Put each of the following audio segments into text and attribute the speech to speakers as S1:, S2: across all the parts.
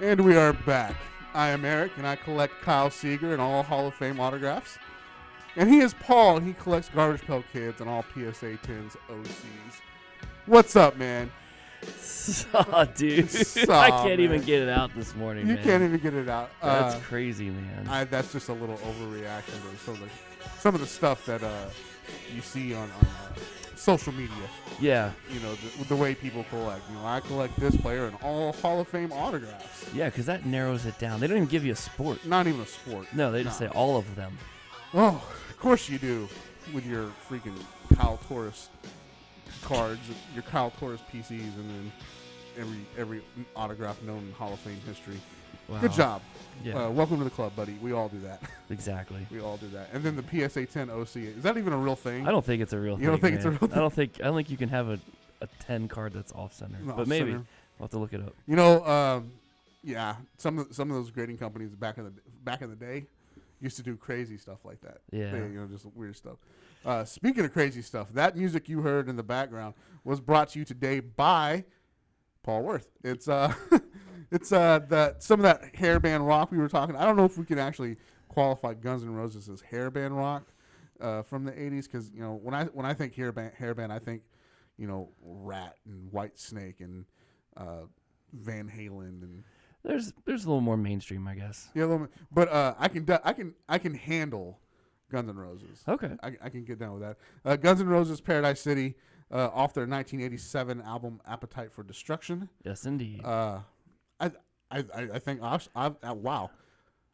S1: And we are back. I am Eric, and I collect Kyle Seeger and all Hall of Fame autographs. And he is Paul, and he collects Garbage Pail Kids and all PSA 10s OCs. What's up, man?
S2: Saw, dude.
S1: Saw,
S2: I can't even
S1: man.
S2: get it out this morning,
S1: You
S2: man.
S1: can't even get it out.
S2: That's
S1: Uh,
S2: crazy, man.
S1: I, that's just a little overreaction to some of the, some of the stuff that uh, you see on, on uh, social media.
S2: yeah,
S1: You know, the, the way people collect. You know, I collect this player and all Hall of Fame autographs.
S2: yeah, because that narrows it down. They don't even give you a sport.
S1: Not even a sport.
S2: No, they just
S1: Nah.
S2: say all of them.
S1: Oh, of course you do. With your freaking Kyle Torres cards, your Kyle Torres PCs, and then every every autograph known in Hall of Fame history.
S2: Wow.
S1: Good job.
S2: Yeah,
S1: Uh, welcome to the club, buddy. We all do that.
S2: exactly.
S1: we all do that. And then the PSA 10 OC. Is that even a real thing?
S2: I don't think it's a real
S1: You
S2: thing.
S1: don't think it's a
S2: man.
S1: real
S2: I don't think I don't think you can have a, a ten card that's off center.
S1: No,
S2: but maybe
S1: center.
S2: I'll have to look it up.
S1: You know, um, yeah. Some of, some of those grading companies back in the back in the day used to do crazy stuff like that.
S2: Yeah.
S1: They, you know, just weird stuff. Uh, speaking of crazy stuff, that music you heard in the background was brought to you today by Paul Worth. It's uh, it's uh, that some of that hairband rock we were talking. I don't know if we can actually qualify Guns N' Roses as hairband rock uh, from the '80s because you know when I when I think hairband hairband I think you know Rat and White Snake and uh, Van Halen and
S2: There's there's a little more mainstream, I guess.
S1: yeah, a little bit. But uh, I can de- I can I can handle Guns N' Roses.
S2: Okay.
S1: I, I can get down with that. Uh, Guns N' Roses, Paradise City, uh, off their 1987 album Appetite for Destruction.
S2: Yes, indeed.
S1: Uh, I, I I I think I, I, uh, wow,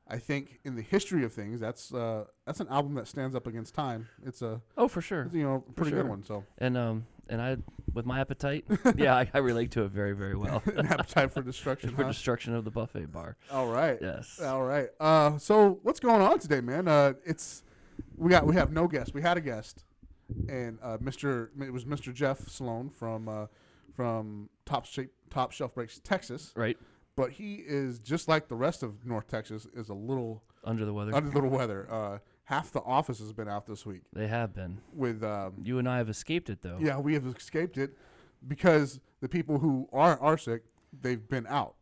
S1: I think in the history of things that's uh, that's an album that stands up against time. It's a
S2: oh, for sure.
S1: it's, you know pretty
S2: sure.
S1: good one. So
S2: And um and I with my appetite, yeah, I, I relate to it very very well.
S1: an Appetite for Destruction.
S2: for
S1: huh?
S2: destruction of the buffet bar.
S1: All right.
S2: Yes.
S1: All right. Uh, so what's going on today, man? Uh, it's we got we have no guest. We had a guest, and uh, Mr. It was Mr. Jeff Sloan from uh, from Top Shape Top Shelf Breaks Texas,
S2: Right
S1: but he is just like the rest of North Texas is a little
S2: under the weather.
S1: under the weather. Uh, half the office has been out this week
S2: they have been.
S1: with um,
S2: You and I have escaped it though.
S1: yeah we have escaped it because the people who are are sick they've been out.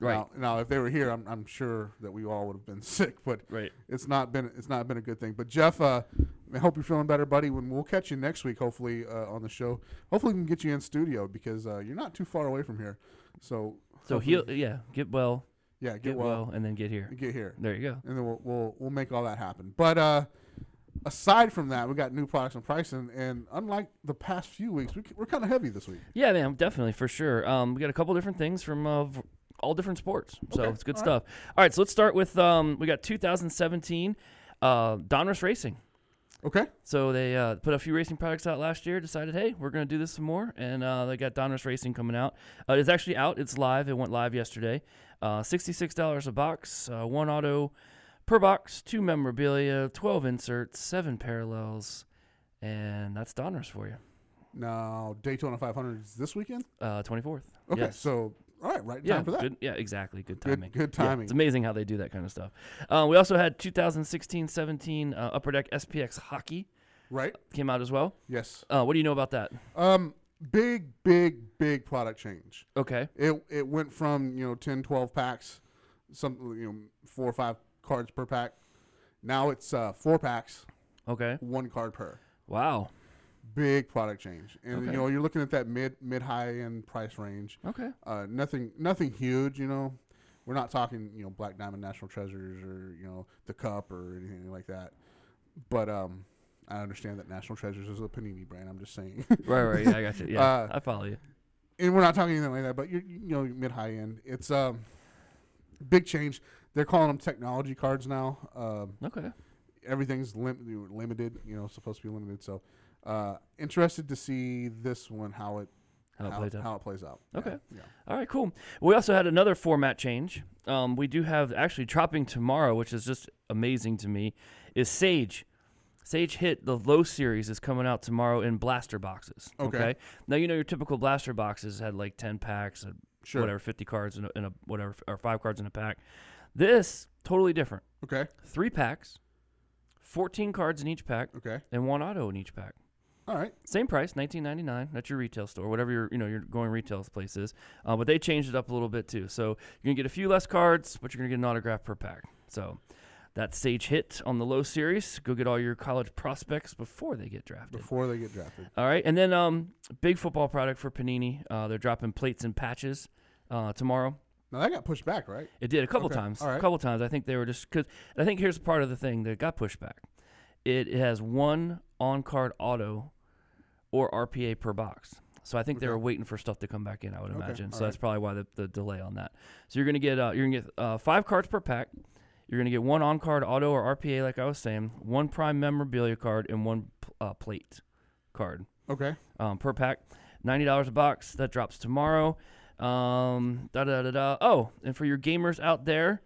S2: Right.
S1: Now, now if they were here, I'm, I'm sure that we all would have been sick, but
S2: Right.
S1: it's not been it's not been a good thing. But Jeff, uh, I hope you're feeling better, buddy. When we'll catch you next week, hopefully uh, on the show. Hopefully we can get you in studio because uh, you're not too far away from here. So
S2: So
S1: hopefully-
S2: heal yeah, get well,
S1: yeah, get,
S2: get,
S1: well,
S2: well, and then get here.
S1: and get here,
S2: There you go.
S1: and then we'll we'll, we'll make all that happen. But uh, aside from that, we got new products and pricing, and unlike the past few weeks, we, c- we're kind of heavy this week.
S2: Yeah, man, definitely for sure. Um, we got a couple different things from uh, v- all different sports, so
S1: Okay,
S2: it's good
S1: all right.
S2: stuff. All right, so let's start with um, we got 2017 uh, Donruss Racing.
S1: Okay,
S2: So they uh, put a few racing products out last year. Decided, hey, we're gonna do this some more, and uh, they got Donruss Racing coming out. Uh, it's actually out. It's live. It went live yesterday. Uh, Sixty-six dollars a box. Uh, one auto per box. Two memorabilia. Twelve inserts. Seven parallels, and that's Donruss for you.
S1: now Daytona 500 is this weekend.
S2: Uh, Twenty-fourth.
S1: Okay,
S2: Yes.
S1: so all right, right in
S2: Yeah,
S1: time for that.
S2: Good, yeah, exactly. Good
S1: Good-
S2: timing.
S1: good
S2: Yeah,
S1: timing.
S2: it's amazing how they do that kind of stuff. Uh, we also had 2016-17 uh, Upper Deck SPX Hockey
S1: Right?
S2: came out as well.
S1: Yes.
S2: Uh, what do you know about that?
S1: Um, big, big, big product change.
S2: Okay.
S1: It it went from you know 10, 12 packs, some you know four or five cards per pack. Now it's uh, four packs,
S2: Okay.
S1: one card per.
S2: Wow.
S1: Big product change, and you
S2: Okay.
S1: know you're looking at that mid mid high end price range.
S2: Okay.
S1: Uh, nothing nothing huge, you know. We're not talking you know Black Diamond National Treasures or you know the Cup or anything like that. But um, I understand that National Treasures is a Panini brand. I'm just saying.
S2: Right, right. Yeah, I got you. Yeah,
S1: Uh,
S2: I follow you.
S1: and we're not talking anything like that, but you're, you know, mid high end. It's um, big change. They're calling them technology cards now. Um,
S2: Okay.
S1: everything's lim- limited, you know, supposed to be limited. So, uh, interested to see this one how it
S2: How it plays out.
S1: how it plays out. Yeah,
S2: Okay.
S1: yeah.
S2: All right, cool. We also had another format change. Um, we do have actually dropping tomorrow, which is just amazing to me. Is Sage? Sage Hit the Low Series is coming out tomorrow in blaster boxes.
S1: Okay.
S2: Now you know your typical blaster boxes had like ten packs, uh,
S1: Sure.
S2: whatever, fifty cards in a, in a whatever, or five cards in a pack. This totally different.
S1: Okay.
S2: Three packs, fourteen cards in each pack,
S1: Okay.
S2: and one auto in each pack.
S1: All right.
S2: Same price, nineteen ninety nine at your retail store, whatever your you know your going retail place is. Uh, but they changed it up a little bit too. So you're gonna get a few less cards, but you're gonna get an autograph per pack. So that sage hit on the low series. Go get all your college prospects before they get drafted.
S1: Before they get drafted.
S2: All right, and then um, big football product for Panini. Uh, they're dropping plates and patches uh, tomorrow.
S1: Now that got pushed back, right?
S2: It did a couple
S1: Okay,
S2: times.
S1: all right.
S2: A couple times. I think they were just because I think here's part of the thing that got pushed back. It has one on card auto or RPA per box. So I think they
S1: Okay.
S2: were waiting for stuff to come back in. I would
S1: Okay,
S2: imagine. So
S1: all
S2: that's probably why the, the delay on that. So you're gonna get uh, you're gonna get uh, five cards per pack. You're gonna get one on card auto or RPA, like I was saying, one prime memorabilia card and one pl- uh, plate card
S1: Okay.
S2: um, per pack. Ninety dollars a box. That drops tomorrow. Um, da da da da. Oh, and for your gamers out there,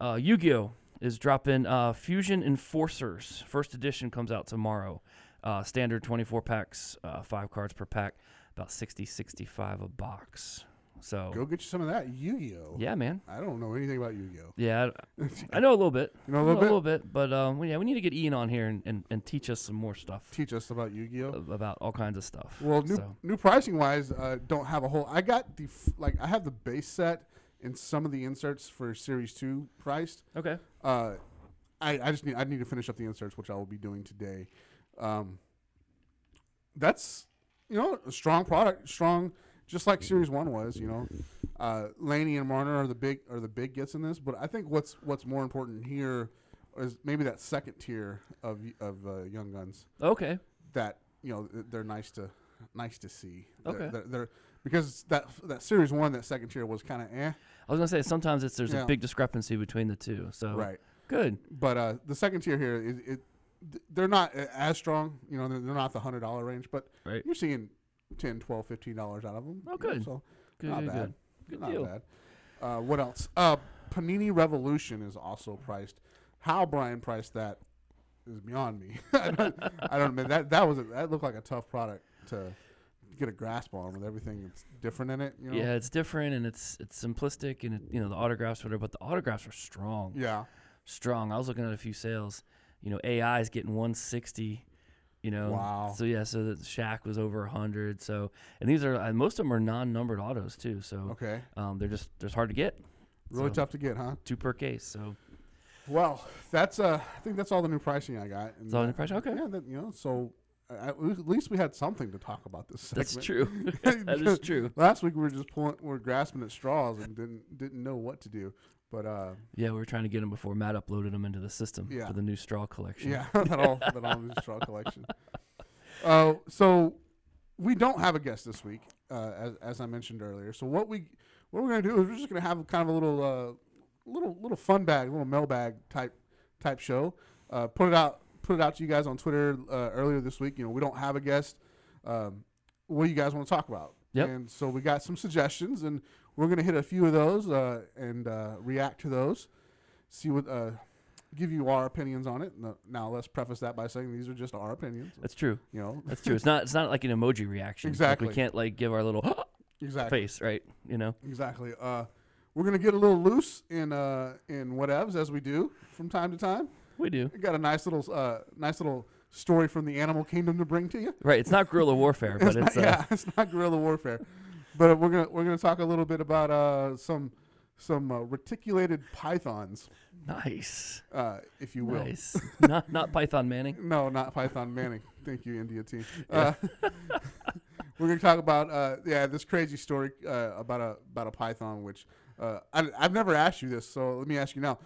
S2: uh, Yu-Gi-Oh is dropping uh, Fusion Enforcers. First edition comes out tomorrow. Uh, standard twenty-four packs, uh, five cards per pack, about 60, 65 a box. So
S1: Go get you some of that Yu-Gi-Oh.
S2: Oh. yeah, man.
S1: I don't know anything about Yu-Gi-Oh.
S2: Yeah, I- I know a little bit.
S1: You know a
S2: I
S1: little
S2: know
S1: bit.
S2: but um, we- yeah, we need to get Ian on here and, and, and teach us some more stuff
S1: Teach us about Yu-Gi-Oh.
S2: ab- about all kinds of stuff.
S1: Well, new
S2: So-
S1: new pricing wise, uh, don't have a whole. I got the f- like I have the base set and some of the inserts for Series Two priced.
S2: okay.
S1: Uh, I, I just need I need to finish up the inserts, which I will be doing today. Um, that's you know a strong product, strong just like Series One was. You know, uh, Laney and Marner are the big are the big gets in this, but I think what's what's more important here is maybe that second tier of y- of uh, Young Guns
S2: Okay.
S1: that you know th- they're nice to nice to see. They're-
S2: Okay.
S1: they're, they're- because that that Series One that second tier was kind of eh,
S2: I was gonna say sometimes it's there's
S1: Yeah.
S2: a big discrepancy between the two. So
S1: right.
S2: good.
S1: but uh, the second tier here, it, it th- they're not a- as strong. You know, they're, they're not the hundred dollar range, but
S2: Right.
S1: you're seeing 10 12 fifteen dollars out of them.
S2: Oh, good.
S1: so
S2: Good,
S1: not
S2: good,
S1: bad.
S2: good. Good
S1: not
S2: deal.
S1: bad. Uh, what else? Uh, Panini Revolution is also priced. How Brian priced that is beyond me. I don't, I don't mean that. That was a, that looked like a tough product to get a grasp on with everything that's different in it. You know?
S2: Yeah, it's different and it's it's simplistic and it, you know the autographs whatever, but the autographs are strong,
S1: Yeah.
S2: strong. I was looking at a few sales. You know, AI is getting 160. You know,
S1: Wow.
S2: So yeah, so the Shaq was over 100. So and these are uh, most of them are non-numbered autos too. So
S1: Okay.
S2: um, they're just they're hard to get.
S1: Really
S2: So,
S1: tough to get, huh?
S2: Two per case. So
S1: Well, that's uh, I think that's all the new pricing I got. And
S2: That's all the
S1: uh,
S2: new pricing? Okay.
S1: Yeah, that, you know, so uh, at le- at least we had something to talk about this. Segment.
S2: that's true. that is true.
S1: Last week we were just pulling, we are grasping at straws and didn't didn't know what to do. But uh,
S2: Yeah, we were trying to get them before Matt uploaded them into the system
S1: Yeah.
S2: for the new straw collection.
S1: yeah, that all that all new straw collection. Uh, so we don't have a guest this week, uh, as as I mentioned earlier. So what we what we're gonna do is we're just gonna have kind of a little uh, little little fun bag, little mailbag type type show. Uh, put it out put it out to you guys on Twitter uh, earlier this week. You know we don't have a guest. Um, what do you guys want to talk about?
S2: Yep.
S1: And so we got some suggestions, and we're gonna hit a few of those uh, and uh, react to those. See what uh, give you our opinions on it. No- Now let's preface that by saying these are just our opinions.
S2: That's true.
S1: You know
S2: That's true. It's not. It's not like an emoji reaction. Like,
S1: Exactly.
S2: we can't like give our little
S1: exactly.
S2: face, right? You know.
S1: Exactly. Uh, we're gonna get a little loose in uh, in whatevs as we do from time to time.
S2: We do.
S1: We got a nice little uh, nice little story from the animal kingdom to bring to you.
S2: Right. It's not guerrilla warfare, but
S1: Not-
S2: it's. Uh,
S1: yeah, it's not guerrilla warfare, but we're gonna we're gonna talk a little bit about uh, some some uh, reticulated pythons,
S2: Nice.
S1: uh, if you will.
S2: Nice. not not Python Manning.
S1: No, not Python Manning. Thank you, India team. Uh, we're gonna talk about uh, yeah this crazy story uh, about a about a python, which uh, I, I've never asked you this, so let me ask you now.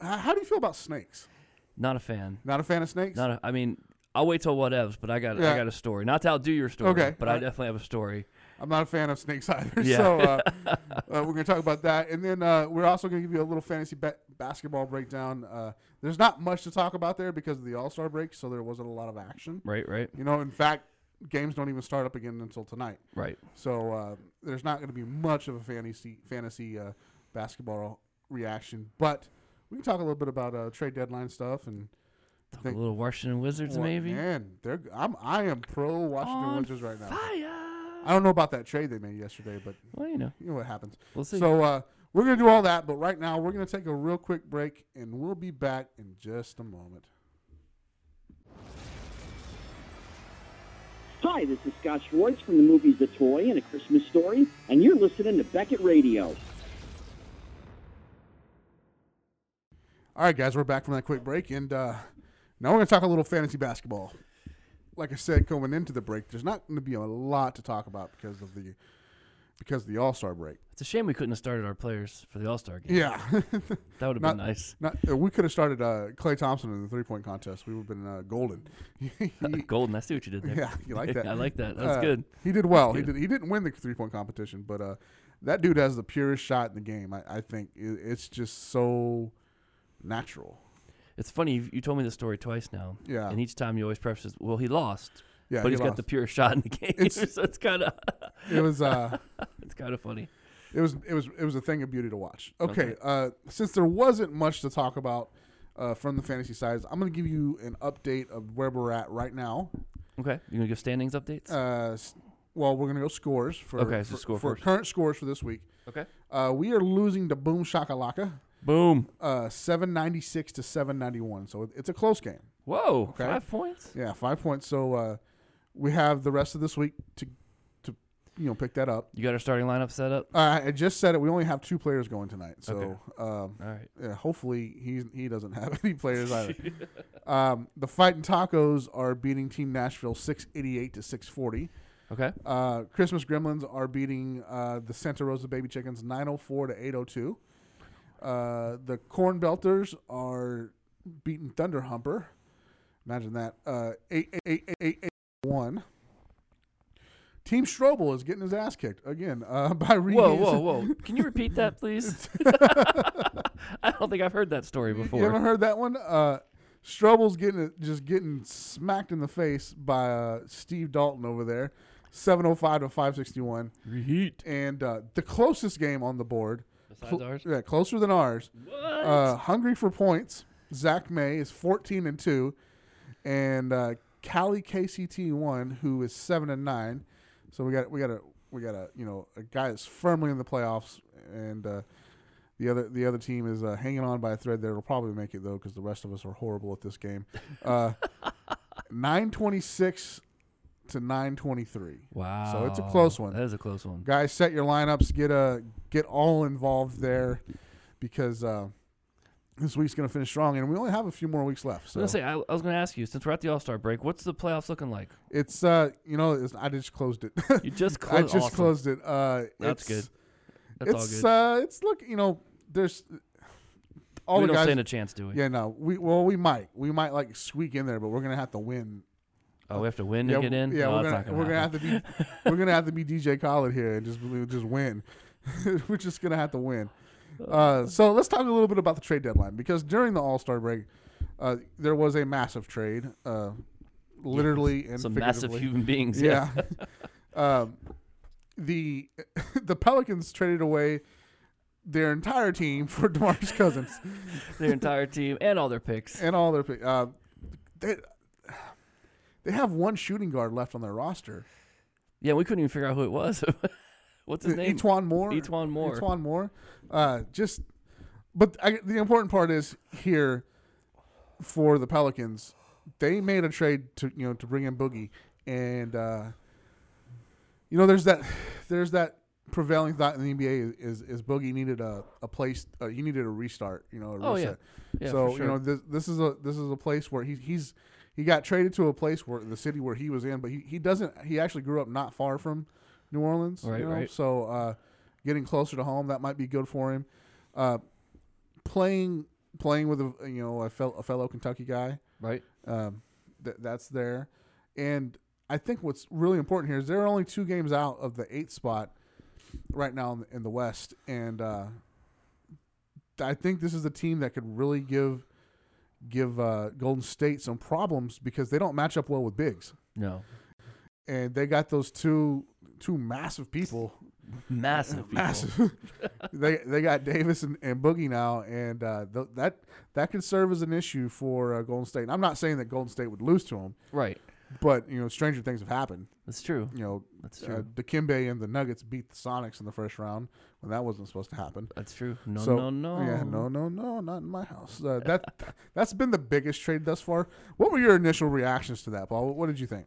S1: How, how do you feel about snakes?
S2: Not a fan.
S1: Not a fan of snakes.
S2: Not. A, I mean, I'll wait till whatevs, but I got
S1: Yeah.
S2: I got a story. Not to outdo your story,
S1: Okay,
S2: but I
S1: alright.
S2: definitely have a story.
S1: I'm not a fan of snakes either.
S2: Yeah.
S1: So uh, uh, we're going to talk about that. And then uh, we're also going to give you a little fantasy ba- basketball breakdown. Uh, there's not much to talk about there because of the All Star break, so there wasn't a lot of action.
S2: Right. Right.
S1: You know, in fact, games don't even start up again until tonight.
S2: Right.
S1: So uh, there's not going to be much of a fantasy fantasy uh, basketball reaction. But we can talk a little bit about uh, trade deadline stuff and
S2: Talk
S1: Think-
S2: a little Washington Wizards,
S1: Wa-
S2: maybe.
S1: Man, they're g- I'm I am pro Washington
S2: On
S1: Wizards right now.
S2: Fire.
S1: I don't know about that trade they made yesterday, but
S2: Well, you know,
S1: you know what happens.
S2: we'll see.
S1: So uh, we're going to do all that, but right now we're going to take a real quick break and we'll be back in just a moment.
S3: Hi, this is Scott Schwartz from the movie The Toy and A Christmas Story, and you're listening to Beckett Radio.
S1: All right, guys, we're back from that quick break, and uh, now we're going to talk a little fantasy basketball. Like I said, going into the break, there's not going to be a lot to talk about because of the because of the All Star break.
S2: It's a shame we couldn't have started our players for the All Star game.
S1: Yeah,
S2: That would have
S1: Not-
S2: been nice.
S1: not, uh, we could have started uh, Clay Thompson in the three point contest. We would have been uh, golden. He-
S2: Golden. I see what you did there.
S1: yeah, you like that?
S2: I like that. That's
S1: Uh,
S2: good.
S1: He did well. He did. He didn't win the three point competition, but uh, that dude has the purest shot in the game. I, I think it, it's just so natural.
S2: It's funny. You, you told me the story twice now.
S1: Yeah.
S2: And each time you always preface, it, well, he lost,
S1: Yeah,
S2: but
S1: he
S2: he's got
S1: lost.
S2: the pure shot in the game.
S1: It's-
S2: so it's kind of,
S1: It was. Uh,
S2: it's kind of funny.
S1: It was it was it was a thing of beauty to watch. Okay,
S2: Okay.
S1: uh, since there wasn't much to talk about uh, from the fantasy sides, I'm going to give you an update of where we're at right now.
S2: Okay. You gonna give standings updates?
S1: Uh, s- well, we're going to go scores for
S2: Okay, so
S1: for,
S2: score
S1: for
S2: first.
S1: current scores for this week.
S2: okay.
S1: Uh, we are losing to Boom Shakalaka,
S2: Boom.
S1: uh, 796 to 791. So it- it's a close game.
S2: Whoa.
S1: Okay.
S2: Five points.
S1: Yeah, five points. So uh, we have the rest of this week to to you know pick that up.
S2: You got our starting lineup set up.
S1: Uh, I just said it. We only have two players going tonight, so.
S2: Okay.
S1: Um,
S2: All right.
S1: Yeah, hopefully he he doesn't have any players either. um, the Fighting Tacos are beating Team Nashville six eighty eight to six forty.
S2: Okay.
S1: Uh, Christmas Gremlins are beating uh, the Santa Rosa Baby Chickens nine oh four to eight oh two. Uh, the Corn Belters are beating Thunder Humper. Imagine that. Uh, eight eight eight eight eight one. Team Strobel is getting his ass kicked again uh, by Reese.
S2: Whoa, whoa, whoa! Can you repeat that, please? I don't think I've heard that story
S1: You ever
S2: before.
S1: heard that one? Uh, Strobel's getting it- just getting smacked in the face by uh, Steve Dalton over there, seven hundred five to five sixty one,
S2: Reheat.
S1: and uh, the closest game on the board,
S2: Besides
S1: cl-
S2: ours?
S1: yeah, closer than ours. Uh, hungry for points. Zach May is fourteen and two, and uh, Cali KCT one who is seven and nine. So we got we got a we got a you know a guy that's firmly in the playoffs, and uh, the other the other team is uh, hanging on by a thread. There will probably make it though because the rest of us are horrible at this game. Uh, nine twenty six to nine twenty three.
S2: Wow.
S1: uh, So it's a close one
S2: That is a close one.
S1: guys set your lineups get uh get all involved there because uh, this week's gonna finish strong and we only have a few more weeks left
S2: I
S1: so
S2: was gonna say I, I was gonna ask you since we're at the All Star break, what's the playoffs looking like?
S1: it's uh you know it's, i just closed it
S2: You just
S1: i
S2: closed.
S1: just closed it uh
S2: That's
S1: it's,
S2: good. That's all
S1: it's
S2: good.
S1: uh it's look you know there's all
S2: we
S1: the
S2: don't
S1: guys
S2: stand a chance, do we?
S1: yeah no we well we might we might like squeak in there but we're gonna have to win
S2: Oh, we have to win to get in.
S1: yeah
S2: No,
S1: we're
S2: that's
S1: gonna,
S2: not
S1: we're gonna have
S2: happen.
S1: to be we're gonna have to be dj Khaled here and just just win we're just gonna have to win uh, so let's talk a little bit about the trade deadline because during the all-star break uh, there was a massive trade uh, literally and
S2: some massive
S1: figuratively.
S2: human beings. Yeah.
S1: yeah, um, the the pelicans traded away their entire team for DeMarcus Cousins
S2: their entire team and all their picks.
S1: and all their pick- uh, they they have one shooting guard left on their roster
S2: Yeah, we couldn't even figure out who it was. What's his name?
S1: E-, Etwan Moore.
S2: Etwan Moore.
S1: Etwan Moore. Uh, just, but I, the important part is here for the Pelicans, they made a trade to you know to bring in Boogie, and uh, you know there's that there's that prevailing thought in the NBA is is Boogie needed a a place uh, he needed a restart you know a
S2: Oh, yeah.
S1: reset.
S2: Yeah,
S1: so
S2: for sure.
S1: you know this this is a this is a place where he, he's he got traded to a place where the city where he was in, but he, he doesn't he actually grew up not far from New Orleans. you
S2: Right,
S1: know?
S2: right.
S1: So uh, getting closer to home that might be good for him. Uh, playing playing with a you know a, fel- a fellow Kentucky guy
S2: right.
S1: um, th- that's there, and I think what's really important here is there are only two games out of the eighth spot right now in the, in the West, and uh, I think this is a team that could really give give uh, Golden State some problems because they don't match up well with bigs,
S2: No.
S1: and they got those two two massive people
S2: Massive. People.
S1: Massive. they they got Davis and, and Boogie now, and uh, th- that that could serve as an issue for uh, Golden State. And I'm not saying that Golden State would lose to them,
S2: Right.
S1: but you know, stranger things have happened.
S2: That's true.
S1: You know,
S2: That's
S1: uh,
S2: true.
S1: Dikembe and the Nuggets beat the Sonics in the first round when that wasn't supposed to happen.
S2: That's true. No,
S1: so,
S2: no, no.
S1: yeah, no, no, no, not in my house. Uh, that that's been the biggest trade thus far. What were your initial reactions to that, Paul? What did you think?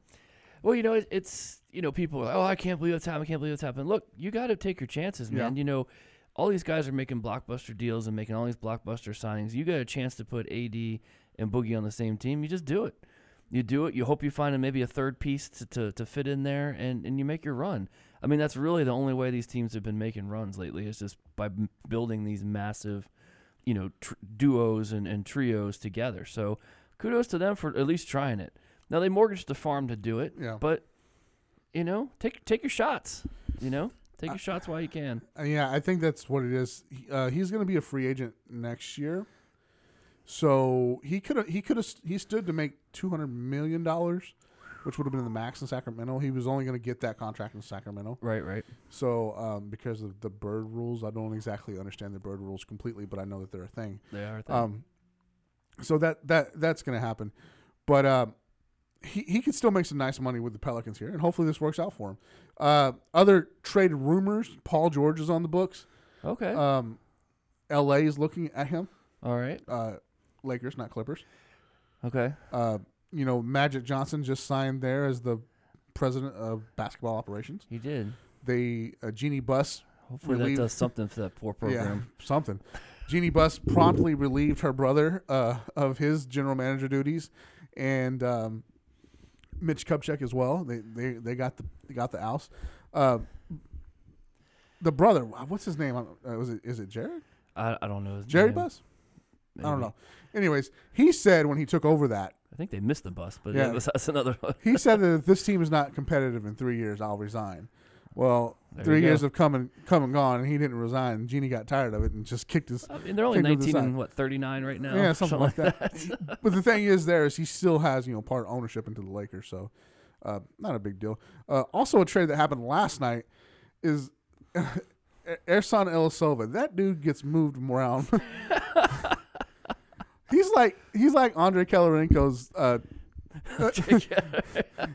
S2: Well, you know, it, it's you know, people are like, oh, I can't believe it's happened. I can't believe it's happened. Look, you got to take your chances,
S1: Yeah.
S2: man. You know, all these guys are making blockbuster deals and making all these blockbuster signings. You got a chance to put AD and Boogie on the same team. You just do it. You do it. You hope you find a, maybe a third piece to, to, to fit in there, and, and you make your run. I mean, that's really the only way these teams have been making runs lately is just by m- building these massive, you know, tr- duos and, and trios together. So kudos to them for at least trying it. Now they mortgaged the farm to do it,
S1: Yeah.
S2: but you know, take take your shots. You know, take your shots while you can.
S1: Uh, yeah, I think that's what it is. He- Uh, he's going to be a free agent next year, so he could have he could have he stood to make two hundred million dollars, which would have been the max in Sacramento. He was only going to get that contract in Sacramento.
S2: Right, right.
S1: So um, because of the bird rules, I don't exactly understand the bird rules completely, but I know that they're a thing.
S2: They are. a thing.
S1: Um, so that that that's going to happen, but um, he he could still make some nice money with the Pelicans here, and hopefully this works out for him. Uh, other trade rumors: Paul George is on the books.
S2: okay.
S1: Um, LA is looking at him.
S2: uh, All right.
S1: Uh, Lakers, not Clippers.
S2: Okay.
S1: Uh, you know, Magic Johnson just signed there as the president of basketball operations.
S2: You did.
S1: They uh, Genie Bus
S2: Hopefully
S1: Relieved.
S2: that does something for that poor program.
S1: Yeah, something. Jeannie Buss promptly relieved her brother uh, of his general manager duties, and um, Mitch Kupchak as well. They they, they got the they got the oust. Uh, the brother, wow, what's his name? Uh, was it is it Jared?
S2: I, I don't know. his
S1: Jerry
S2: name.
S1: Buss? I
S2: Maybe.
S1: don't know. Anyways, he said when he took over that
S2: I think they missed the bus, but
S1: Yeah.
S2: yeah, that's, that's another one.
S1: he said that if this team is not competitive in three years, I'll resign. Well,
S2: There
S1: three
S2: you
S1: years
S2: go.
S1: have come and come and gone, and he didn't resign. Jeannie got tired of it and just kicked his
S2: I mean, they're only
S1: Figure this
S2: 19
S1: out.
S2: and what 39 right now.
S1: Yeah, something, like that. but the thing is, there is he still has you know part ownership into the Lakers, so uh, not a big deal. Uh, also, a trade that happened last night is Ersan El Silva. That dude gets moved around. he's like he's like Andre Kelarenko's. Uh,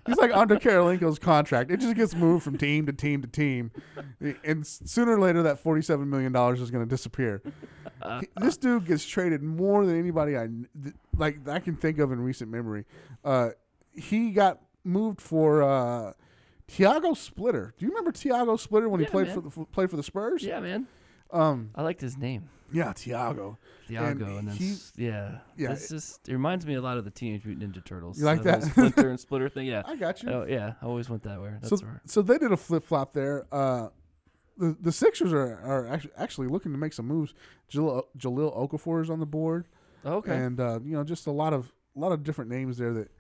S1: he's like Andre Karolinko's contract. It just gets moved from team to team to team, and s- sooner or later, that forty-seven million dollars is going to disappear. He- this dude gets traded more than anybody I kn- th- like that I can think of in recent memory. Uh, he got moved for uh, Tiago Splitter. Do you remember Tiago Splitter when he
S2: Yeah,
S1: played
S2: man.
S1: for the f- played for the Spurs?
S2: yeah, man.
S1: Um,
S2: I liked his name,
S1: yeah, Tiago.
S2: Thiago, and, then
S1: he-
S2: s- yeah,
S1: yeah,
S2: This just it reminds me a lot of the Teenage Mutant Ninja Turtles.
S1: You like
S2: uh, the
S1: that?
S2: Splinter and Splitter thing? Yeah.
S1: I got you.
S2: Oh yeah, I always went that way. That's
S1: so,
S2: right.
S1: so they did a flip flop there. Uh, the the Sixers are, are actually, actually looking to make some moves. Jalil, Jalil Okafor is on the board,
S2: Oh, Okay.
S1: and uh, you know just a lot of a lot of different names there that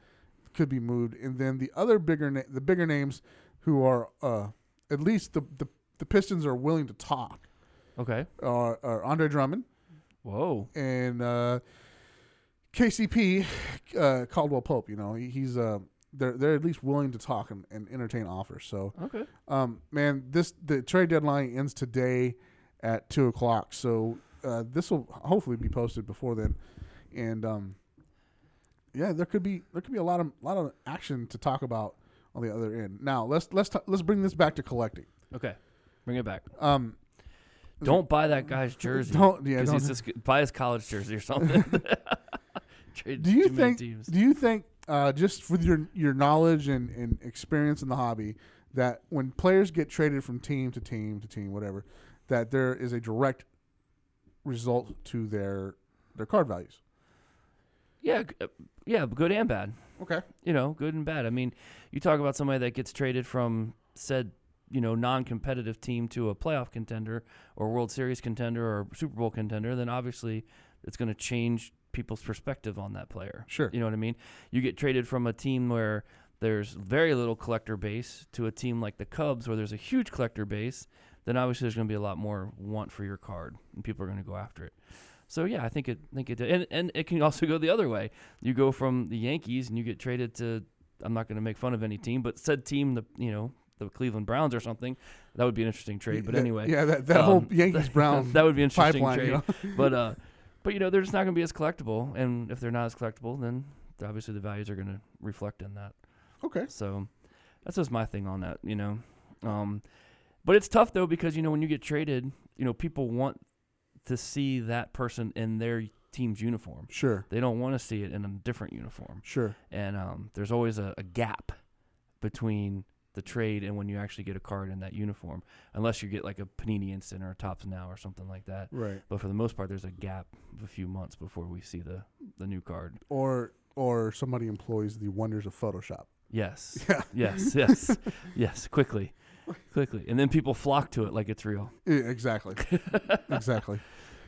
S1: could be moved. And then the other bigger na- the bigger names who are uh, at least the, the the Pistons are willing to talk
S2: okay.
S1: are, are Andre Drummond
S2: Whoa.
S1: and uh, KCP uh, Caldwell Pope. You know he, he's uh, they're they're at least willing to talk and, and entertain offers. So.
S2: Okay.
S1: Um, man, this the trade deadline ends today at two o'clock, so uh, this will hopefully be posted before then. And um, yeah, there could be there could be a lot of lot of action to talk about on the other end. Now let's let's ta let's bring this back to collecting.
S2: Okay. Bring it back.
S1: Um,
S2: Don't buy that guy's jersey.
S1: Don't- yeah,
S2: 'cause he's
S1: don't-
S2: just g- buy his college jersey or something. Trade
S1: do you
S2: too many
S1: think
S2: teams.
S1: do you think uh, just with your your knowledge and, and experience in the hobby that when players get traded from team to team to team whatever that there is a direct result to their their card values
S2: yeah, g- uh, yeah, good and bad.
S1: okay
S2: you know, good and bad. I mean, you talk about somebody that gets traded from said, you know, non-competitive team to a playoff contender or World Series contender or Super Bowl contender, then obviously it's going to change people's perspective on that player.
S1: Sure.
S2: You know what I mean? You get traded from a team where there's very little collector base to a team like the Cubs where there's a huge collector base, then obviously there's going to be a lot more want for your card and people are going to go after it. So yeah, I think it think it and and it can also go the other way. You go from the Yankees and you get traded to I'm not going to make fun of any team, but said team the you know the Cleveland Browns or something. That would be an interesting trade. But
S1: That-
S2: anyway,
S1: yeah that, that whole
S2: um,
S1: yankees brown
S2: that would be an interesting
S1: pipeline,
S2: trade.
S1: you
S2: but uh, but you know they're just not going to be as collectible, and if they're not as collectible, then obviously the values are going to reflect in that.
S1: okay
S2: So that's just my thing on that, you know. Um, but it's tough though because you know when you get traded, you know people want to see that person in their team's uniform.
S1: sure
S2: They don't want to see it in a different uniform,
S1: sure
S2: and um, there's always a, a gap between the trade and when you actually get a card in that uniform, unless you get like a Panini Instant or a Tops Now or something like that.
S1: Right.
S2: But for the most part, there's a gap of a few months before we see the the new card.
S1: Or or somebody employs the wonders of Photoshop.
S2: Yes.
S1: Yeah.
S2: Yes. Yes. yes. Quickly. Quickly. And then people flock to it like it's real.
S1: Yeah, exactly. exactly.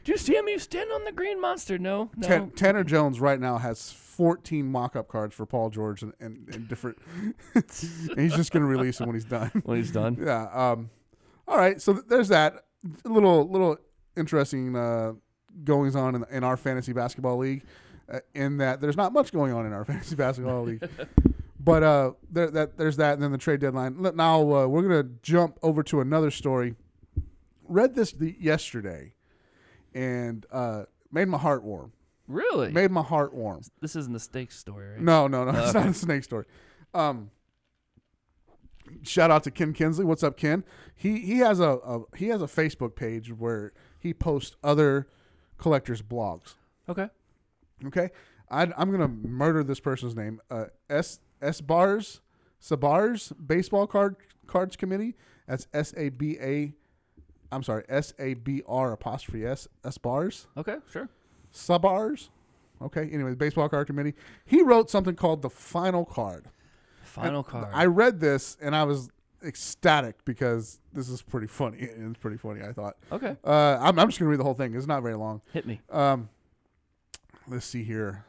S2: Do you see him? You stand on the green monster. No. No.
S1: Tan- Tanner Jones right now has 14 mock-up cards for Paul George and, and, and different. and he's just going to release them when he's done.
S2: When he's done.
S1: yeah. Um, all right. So th- there's that A little little interesting uh, goings on in, in our fantasy basketball league. Uh, in that there's not much going on in our fantasy basketball league, but uh, there, that there's that, and then the trade deadline. Let- Now uh, we're gonna jump over to another story. Read this the, yesterday, and uh, made my heart warm.
S2: Really?
S1: Made my heart warm.
S2: This isn't the steak story, right?
S1: No, no, no. It's not a snake story. Um, shout out to Ken Kinsley. What's up, Ken? He he has a, a he has a Facebook page where he posts other collectors' blogs.
S2: Okay.
S1: Okay, I, I'm gonna murder this person's name. Uh, S S Bars Sabars Baseball Card Cards Committee. That's S A B A. I'm sorry, S A B R apostrophe S S Bars.
S2: Okay. Sure.
S1: Subars. Okay. Anyway, the baseball card committee. He wrote something called the final card.
S2: Final card.
S1: I read this and I was ecstatic because this is pretty funny. It's pretty funny. I thought.
S2: okay.
S1: Uh, I'm, I'm just gonna read the whole thing. It's not very long.
S2: Hit me.
S1: Um, let's see here.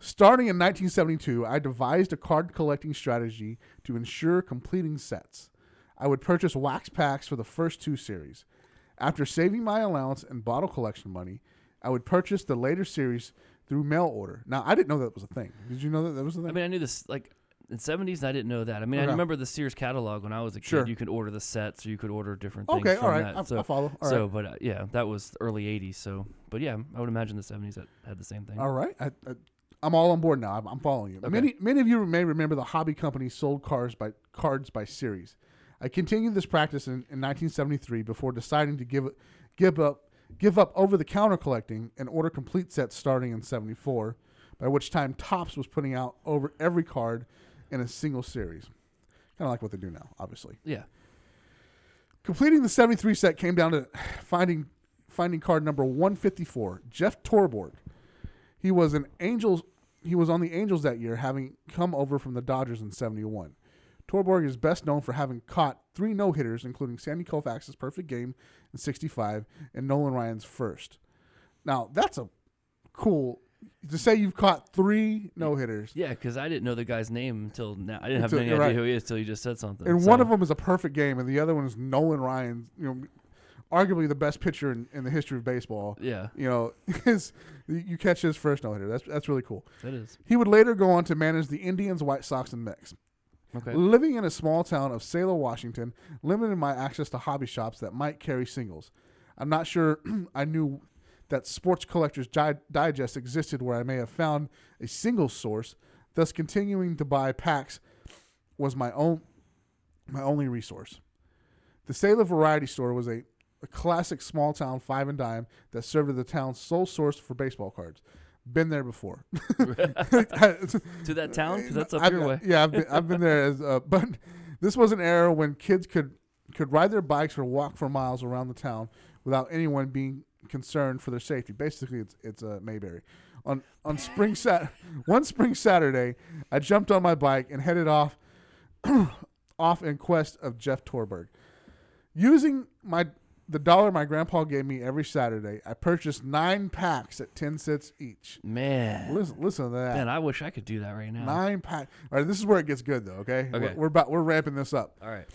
S1: Starting in 1972, I devised a card collecting strategy to ensure completing sets. I would purchase wax packs for the first two series. After saving my allowance and bottle collection money, I would purchase the later series through mail order. Now, I didn't know that was a thing. Did you know that that was a thing?
S2: I mean, I knew this like in seventies. I didn't know that. I mean, I
S1: Okay.
S2: remember the Sears catalog when I was a kid.
S1: Sure.
S2: You could order the sets, or you could order different things.
S1: okay,
S2: from
S1: all right.
S2: that.
S1: I,
S2: so,
S1: I follow. All right.
S2: so, but uh, yeah, that was the early eighties. So, but yeah, I would imagine the seventies that had the same thing.
S1: All right. I, I, I'm all on board now. I'm, I'm following you. Many many of you may remember the hobby company sold cars by cards by series. I continued this practice in, in 1973 before deciding to give give up give up over the counter collecting and order complete sets starting in 74, by which time Topps was putting out over every card in a single series. Kind of like what they do now, obviously.
S2: Yeah.
S1: Completing the 73 set came down to finding finding card number 154, Jeff Torborg. He was an Angels he was on the Angels that year having come over from the Dodgers in 71. Torborg is best known for having caught three no-hitters including Sandy Koufax's perfect game in 65 and Nolan Ryan's first. Now, that's a cool to say you've caught three no-hitters.
S2: Yeah, because I didn't know the guy's name until now. I didn't have
S1: Until-
S2: any
S1: you're
S2: idea
S1: right.
S2: who he is until you just said something.
S1: And one
S2: so-
S1: of them is a perfect game, and the other one is Nolan Ryan. You know, arguably the best pitcher in, in the history of baseball.
S2: Yeah,
S1: You know, his you catch his first no hitter. That's that's really cool.
S2: that is
S1: He would later go on to manage the Indians, White Sox, and Mets.
S2: okay.
S1: Living in a small town of Sailor, Washington, limited my access to hobby shops that might carry singles. I'm not sure I knew that Sports Collectors Di- Digest existed where I may have found a single source, thus continuing to buy packs was my own my only resource. The Sailor Variety Store was a, a classic small town five and dime that served as the town's sole source for baseball cards. Been there before.
S2: to that town, because that's up
S1: I've-
S2: your way.
S1: Yeah, I've been, I've been there. As, uh, but this was an era when kids could could ride their bikes or walk for miles around the town without anyone being concerned for their safety. Basically, it's it's uh, Mayberry. On on spring sat one spring Saturday, I jumped on my bike and headed off off in quest of Jeff Torberg. Using my the dollar my grandpa gave me every Saturday, I purchased nine packs at ten cents each.
S2: Man,
S1: Listen, listen to that.
S2: man, I wish I could do that right now.
S1: Nine pack. All right, this is where it gets good though. Okay, We're-
S2: Okay.
S1: We're, about we're ramping this up.
S2: All right.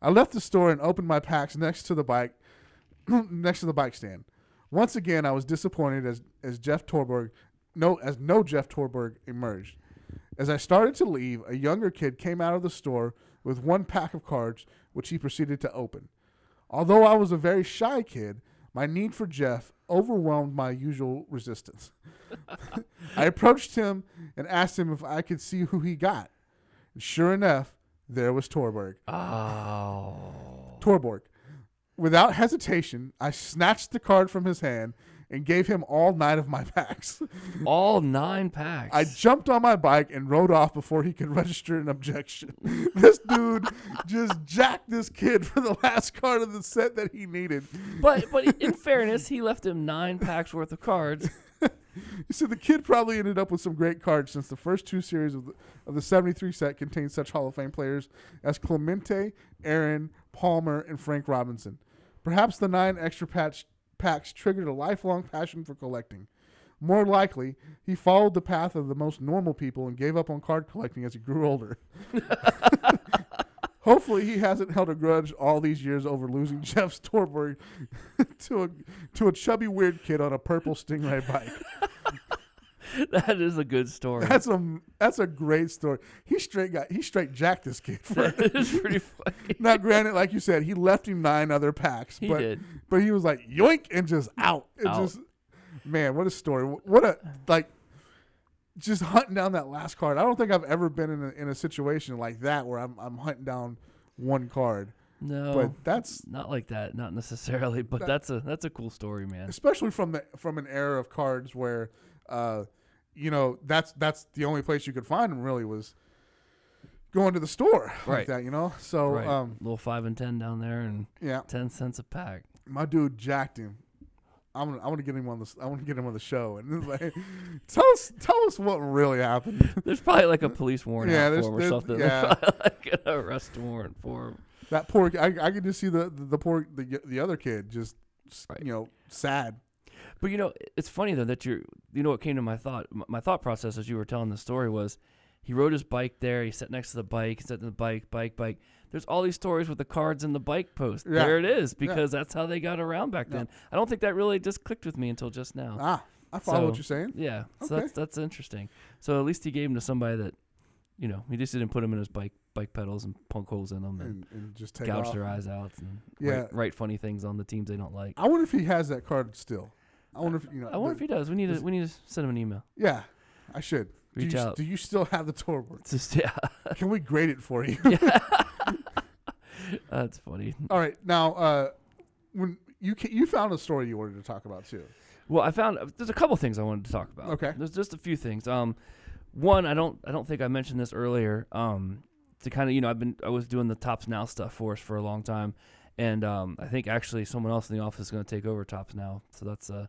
S1: I left the store and opened my packs next to the bike, next to the bike stand. Once again, I was disappointed as as Jeff Torberg, no, as no Jeff Torberg emerged. As I started to leave, a younger kid came out of the store with one pack of cards, which he proceeded to open. Although I was a very shy kid, my need for Jeff overwhelmed my usual resistance. I approached him and asked him if I could see who he got. And sure enough, there was Torberg.
S2: Oh.
S1: Torborg. Without hesitation, I snatched the card from his hand and gave him all nine of my packs.
S2: All nine packs.
S1: I jumped on my bike and rode off before he could register an objection. this dude just jacked this kid for the last card of the set that he needed.
S2: but but in fairness, he left him nine packs worth of cards.
S1: He said the kid probably ended up with some great cards since the first two series of the, of the 73 set contained such Hall of Fame players as Clemente, Aaron, Palmer, and Frank Robinson. Perhaps the nine extra patch, packs triggered a lifelong passion for collecting. More likely, he followed the path of the most normal people and gave up on card collecting as he grew older. Hopefully, he hasn't held a grudge all these years over losing Jeff Storberg to a to a chubby weird kid on a purple Stingray bike.
S2: That is a good story.
S1: That's a that's a great story. He straight got he straight jacked this kid for.
S2: That is pretty funny.
S1: now, granted, like you said, he left him nine other packs.
S2: He
S1: but,
S2: did.
S1: but he was like yoink and just out. It
S2: Out.
S1: just man, what a story. What a like. Just hunting down that last card. I don't think I've ever been in a, in a situation like that where I'm I'm hunting down one card.
S2: No,
S1: But that's
S2: not like that. Not necessarily. But that's a that's a cool story, man.
S1: especially from the from an era of cards where uh you know that's that's the only place you could find them really was going to the store like
S2: Right.
S1: that you know so
S2: Right.
S1: um
S2: Little five and ten down there, and
S1: yeah
S2: ten cents a pack.
S1: my dude jacked him I'm gonna, I want to get him on this. I want to get him on the show and it's like, tell us, tell us what really happened.
S2: There's probably like a police warrant
S1: Yeah,
S2: out
S1: there's-
S2: for him or
S1: there's-
S2: something.
S1: yeah.
S2: like an arrest warrant for him.
S1: That poor, I, I could just see the the, the poor the, the other kid just, you know, sad.
S2: But you know, it's funny though that you're. You know what came to my thought? My, my thought process as you were telling the story was, he rode his bike there. He sat next to the bike. He sat in the bike, bike, bike. There's all these stories with the cards in the bike post.
S1: Yeah.
S2: There it is, because that's how they got around back then. I don't think that really just clicked with me until just now.
S1: Ah, I follow what
S2: Oh. So-
S1: you're saying.
S2: Yeah, so
S1: Okay.
S2: that's that's interesting. So at least he gave him to somebody that, you know, he just didn't put him in his bike bike pedals and punk holes in them and,
S1: And, and just take
S2: gouge
S1: off.
S2: their eyes out and
S1: Yeah.
S2: write, write funny things on the teams they don't like.
S1: I wonder if he has that card still. I wonder if you know.
S2: I wonder
S1: the-
S2: if he does. We need to we need to send him an email.
S1: Yeah, I should.
S2: Reach
S1: do you,
S2: out.
S1: Do you still have the tour board?
S2: It's just yeah,
S1: Can we grade it for you?
S2: that's funny.
S1: All right. Now, uh, when you ca- you found a story you wanted to talk about too.
S2: Well, I found uh, there's a couple things I wanted to talk about.
S1: Okay.
S2: there's just a few things. Um, one I don't I don't think I mentioned this earlier. Um, to kind of you know I've been I was doing the tops now stuff for us for a long time, and um I think actually someone else in the office is going to take over tops now, so that's uh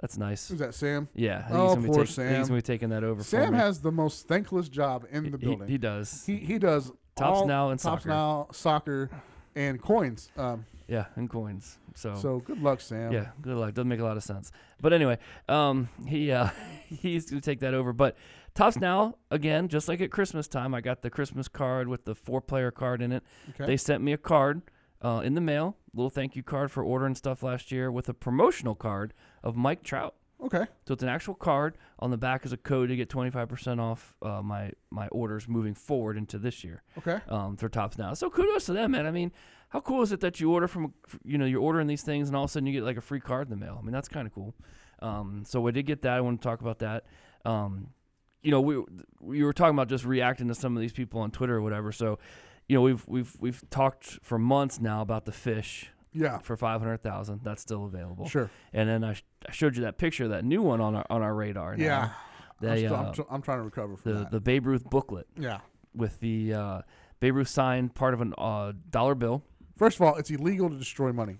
S2: that's nice.
S1: Who's that, Sam?
S2: Yeah, I think
S1: Oh,
S2: he's gonna be
S1: poor
S2: take- I think he's
S1: Sam.
S2: gonna be taking that over. for
S1: Sam
S2: me.
S1: has the most thankless job in the
S2: He-
S1: building.
S2: He, does.
S1: He he does
S2: Tops
S1: all
S2: Now and
S1: tops
S2: soccer.
S1: now soccer and coins. Um,
S2: yeah, and coins. So
S1: so good luck, Sam.
S2: Yeah, good luck. Doesn't make a lot of sense. But anyway, um, he uh, he's gonna take that over. But tops now again, just like at Christmas time, I got the Christmas card with the four-player card in it.
S1: Okay.
S2: They sent me a card uh, in the mail, little thank you card for ordering stuff last year, with a promotional card of Mike Trout.
S1: Okay.
S2: So it's an actual card. On the back is a code to get 25% off uh, my my orders moving forward into this year
S1: Okay.
S2: um, for tops now. So kudos to them, man. I mean, how cool is it that you order from, you know, you're ordering these things and all of a sudden you get like a free card in the mail? I mean, that's kind of cool. Um, so we did get that. I want to talk about that. Um, you know, we we were talking about just reacting to some of these people on Twitter or whatever. So, you know, we've we've we've talked for months now about the fish
S1: Yeah.
S2: for five hundred thousand. That's still available.
S1: Sure.
S2: And then I, sh- I showed you that picture, of that new one on our on our radar. now.
S1: Yeah. I'm,
S2: They,
S1: still-
S2: uh,
S1: I'm, tr- I'm trying to recover from
S2: the
S1: that.
S2: the Babe Ruth booklet
S1: yeah.
S2: with the uh, Babe Ruth signed part of an uh, dollar bill.
S1: First of all, it's illegal to destroy money.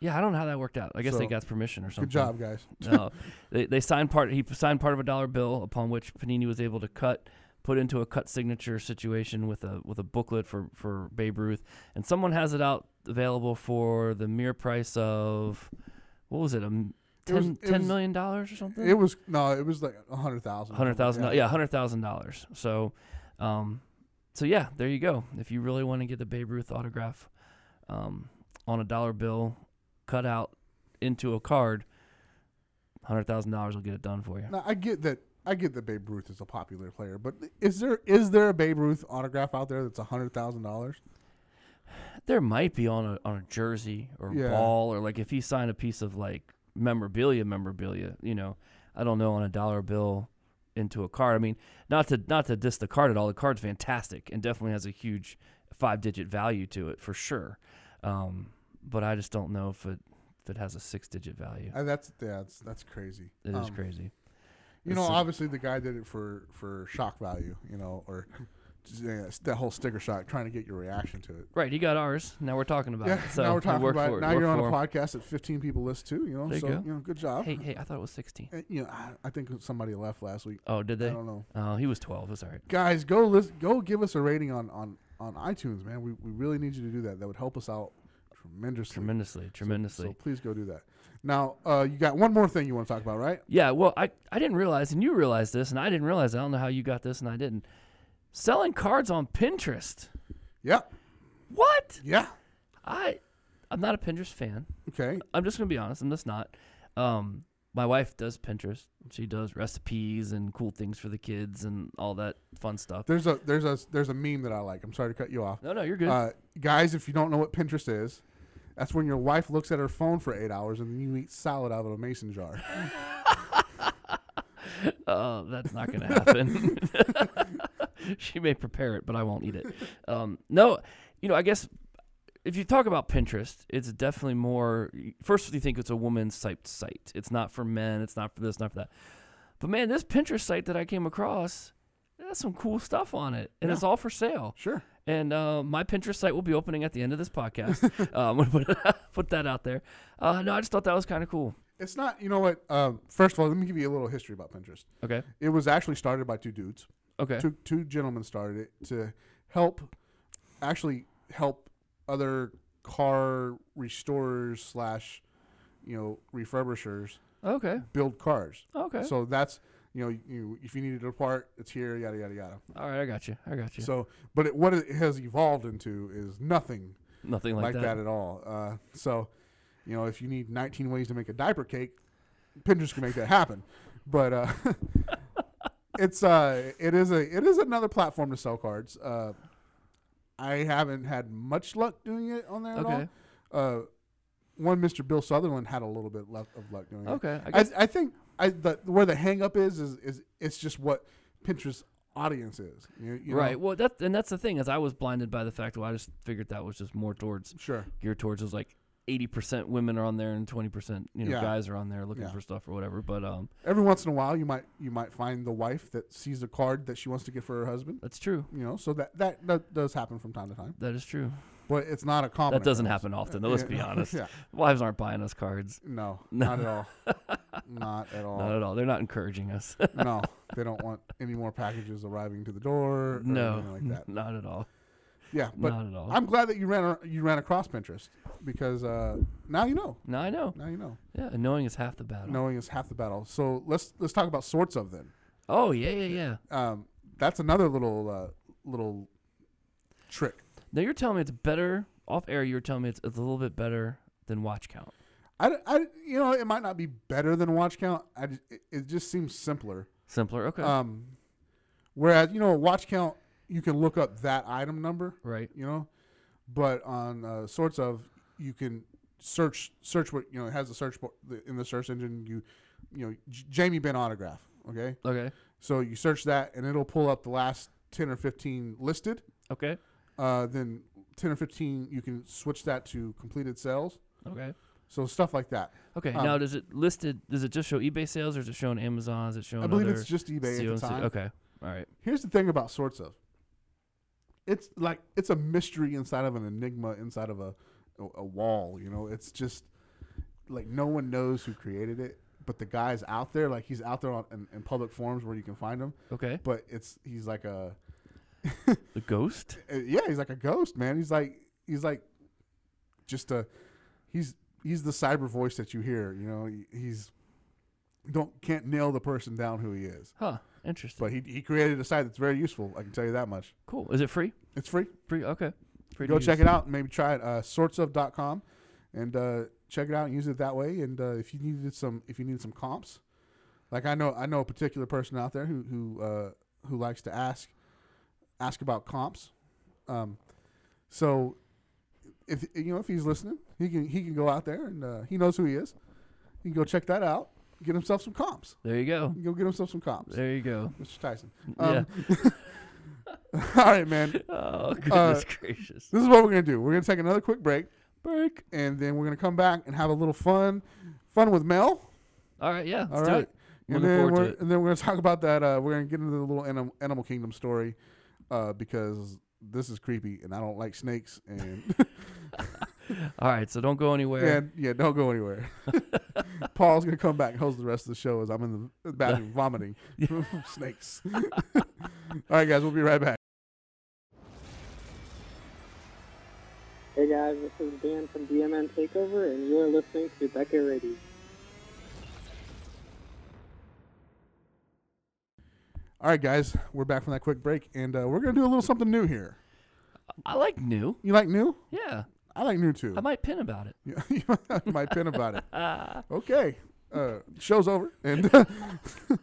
S2: Yeah, I don't know how that worked out. I guess they
S1: So,
S2: got permission or something.
S1: Good jop, job, guys.
S2: no, they, they signed part. He signed part of a dollar bill, upon which Panini was able to cut, put into a cut signature situation with a with a booklet for for Babe Ruth, and someone has it out available for the mere price of what was it? Um,
S1: It was-
S2: ten
S1: it
S2: ten
S1: was-
S2: million dollars or something.
S1: It was no, it was like a hundred thousand.
S2: hundred thousand
S1: Yeah.
S2: dollars. Yeah, hundred thousand dollars. So, um, so yeah, there you go. If you really want to get the Babe Ruth autograph, um, on a dollar bill, cut out into a card, hundred thousand dollars will get it done for you.
S1: Now, I get that. I get that Babe Ruth is a popular player, but is there is there a Babe Ruth autograph out there that's a hundred thousand dollars?
S2: There might be on a on a jersey or
S1: Yeah.
S2: ball or like if he signed a piece of like memorabilia, memorabilia. You know, I don't know on a dollar bill into a card. I mean, not to not to diss the card at all. The card's fantastic and definitely has a huge five digit value to it for sure. Um, but I just don't know if it if it has a six digit value.
S1: Uh, that's yeah, that's, that's crazy.
S2: It is
S1: Um,
S2: crazy.
S1: You know,
S2: It's a-
S1: obviously the guy did it for for shock value. You know, or yeah, it's that whole sticker shock, trying to get your reaction to it.
S2: Right, he got ours. Now we're talking about
S1: Yeah,
S2: it. So
S1: now we're
S2: we
S1: talking
S2: worked
S1: about
S2: for
S1: it.
S2: it,
S1: Now
S2: worked
S1: you're on a
S2: for 'em.
S1: podcast that 15 people list too. You know,
S2: There you
S1: so
S2: go.
S1: know, good job.
S2: Hey, hey, I thought it was sixteen.
S1: Uh, You know, I, I think somebody left last week.
S2: Oh, did
S1: I
S2: they?
S1: don't know.
S2: Oh, he was twelve. It's all right.
S1: Guys, go list, go give us a rating on on on iTunes, man. We we really need you to do that. That would help us out tremendously.
S2: Tremendously, tremendously.
S1: So please go do that. Now, uh, you got one more thing you want to talk about, right?
S2: Yeah, well, I, I didn't realize, and you realized this, and I didn't realize. I don't know how you got this, and I didn't. Selling cards on Pinterest.
S1: Yeah.
S2: What?
S1: Yeah.
S2: I, I'm not a Pinterest fan.
S1: Okay.
S2: I'm just gonna be honest. I'm just not. Um, my wife does Pinterest. She does recipes and cool things for the kids and all that fun stuff.
S1: There's a there's a there's a meme that I like. I'm sorry to cut you off.
S2: No, no, you're good.
S1: Uh, guys, if you don't know what Pinterest is, that's when your wife looks at her phone for eight hours and then you eat salad out of a mason jar.
S2: Oh, that's not going to happen. she may prepare it, but I won't eat it. Um, no, you know, I guess if you talk about Pinterest, it's definitely more. First, you think it's a woman's type site. It's not for men. It's not for this. Not for that. But man, this Pinterest site that I came across, it has some cool stuff on it, and it's all for sale.
S1: sure.
S2: And uh, my Pinterest site will be opening at the end of this podcast. uh, I'm gonna put, put that out there. Uh, no, I just thought that was kind of cool.
S1: It's not. You know what? Um, first of all, let me give you a little history about Pinterest.
S2: Okay.
S1: It was actually started by two dudes.
S2: Okay.
S1: Two two gentlemen started it to help, actually help other car restorers slash, you know, refurbishers
S2: Okay.
S1: build cars.
S2: Okay.
S1: So that's you know you if you needed a part, it's here. Yada yada yada.
S2: all right. I got you. I got you.
S1: So, but it, what it has evolved into is nothing
S2: Nothing
S1: like,
S2: like,
S1: that. at all. Uh, so, you know, if you need 19 ways to make a diaper cake, Pinterest can make that happen. But uh, it's uh, it is a it is another platform to sell cards. Uh, I haven't had much luck doing it on there
S2: Okay.
S1: at all. Uh, one Mr. Bill Sutherland had a little bit luck of luck doing it.
S2: Okay. I
S1: I,
S2: guess,
S1: I think I the, where the hang up is is is it's just what Pinterest audience is. You, you know?
S2: right. Well, that and that's the thing is I was blinded by the fact. Well, I just figured that was just more towards
S1: Sure.
S2: geared towards it was like eighty percent women are on there and twenty percent you know
S1: Yeah.
S2: guys are on there looking
S1: Yeah.
S2: for stuff or whatever. But um,
S1: Every once in a while, you might you might find the wife that sees a card that she wants to get for her husband.
S2: that's true.
S1: You know, so that that, that does happen from time to time,
S2: That is true.
S1: but it's not a common.
S2: That doesn't
S1: occurrence.
S2: happen often. Though, let's be
S1: Yeah.
S2: honest.
S1: yeah.
S2: Wives aren't buying us cards.
S1: No,
S2: No.
S1: not at all. not at all.
S2: Not at all. They're not encouraging us.
S1: no, they don't want any more packages arriving to the door. Or
S2: no,
S1: anything like that.
S2: not at all.
S1: Yeah, but
S2: not at all.
S1: I'm glad that you ran ar- you ran across Pinterest because uh, now you know.
S2: no, I know.
S1: Now you know.
S2: Yeah, and knowing is half the battle.
S1: knowing is half the battle. So let's let's talk about sorts of then.
S2: Oh yeah, yeah, yeah.
S1: Um, that's another little uh, little trick.
S2: Now you're telling me it's better off air. You're telling me it's, it's a little bit better than watch count.
S1: I, d- I d- you know it might not be better than watch count. I d- it, it just seems simpler.
S2: Simpler. Okay.
S1: Um, whereas you know watch count you can look up that item number.
S2: right.
S1: You know, but on uh, sorts of you can search search what you know it has the search bar, the, in the search engine. You you know J- Jamie Ben autograph. Okay,
S2: Okay.
S1: so you search that and it'll pull up the last ten or fifteen listed.
S2: Okay.
S1: uh, then 10 or 15 you can switch that to completed sales
S2: Okay.
S1: so stuff like that
S2: Okay.
S1: Um,
S2: now, does it listed? Does it just show eBay sales, or is it showing Amazon? Is it showing?
S1: i believe
S2: other
S1: it's just ebay at
S2: COMC?
S1: the time
S2: Okay. All right.
S1: here's the thing about sorts of it's like it's a mystery inside of an enigma inside of a, a, a wall you know it's just like no one knows who created it but the guy's out there like he's out there on, in, in public forums where you can find him
S2: Okay.
S1: but it's he's like a
S2: The ghost.
S1: uh, yeah, he's like a ghost, man. He's like he's like just a he's he's the cyber voice that you hear. You know, He- he's don't can't nail the person down who he is,
S2: Huh. Interesting.
S1: but he he created a site that's very useful. I can tell you that much.
S2: Cool. Is it free?
S1: It's free.
S2: Free. Okay. Free.
S1: Go check it out. and Maybe try it. Uh, sortsof.com and uh, check it out and use it that way. And uh, if you needed some if you needed some comps, like I know I know a particular person out there who who uh, who likes to ask ask about comps. Um, so if you know if he's listening, he can he can go out there and uh, he knows who he is. He can go check that out. Get himself some comps.
S2: There you go.
S1: Go get himself some comps,
S2: There you go.
S1: Mr. Tyson.
S2: yeah.
S1: Um, uh, all right, man.
S2: Oh goodness gracious.
S1: This is what we're gonna do. We're gonna take another quick break.
S2: Break.
S1: and then we're gonna come back and have a little fun, fun with Mel.
S2: All right, yeah.
S1: All
S2: Let's
S1: right,
S2: do it.
S1: And
S2: Looking
S1: then,
S2: forward to
S1: we're,
S2: it.
S1: and then we're gonna talk about that. Uh, we're gonna get into the little animal, animal kingdom story, uh, because this is creepy, and I don't like snakes. And
S2: All right, so don't go anywhere.
S1: and yeah, don't go anywhere. Paul's gonna come back and host the rest of the show as I'm in the bathroom vomiting from snakes. All right, guys, we'll be right back.
S4: Hey guys, this is Dan from DMN Takeover, and you are listening to Becca Radio.
S1: All right, guys, we're back from that quick break, and uh, we're gonna do a little something new here.
S2: I like new.
S1: You like new?
S2: Yeah,
S1: I like new too.
S2: I might pin about it.
S1: Yeah, you have my pin about it. Okay. Uh, show's over. And, and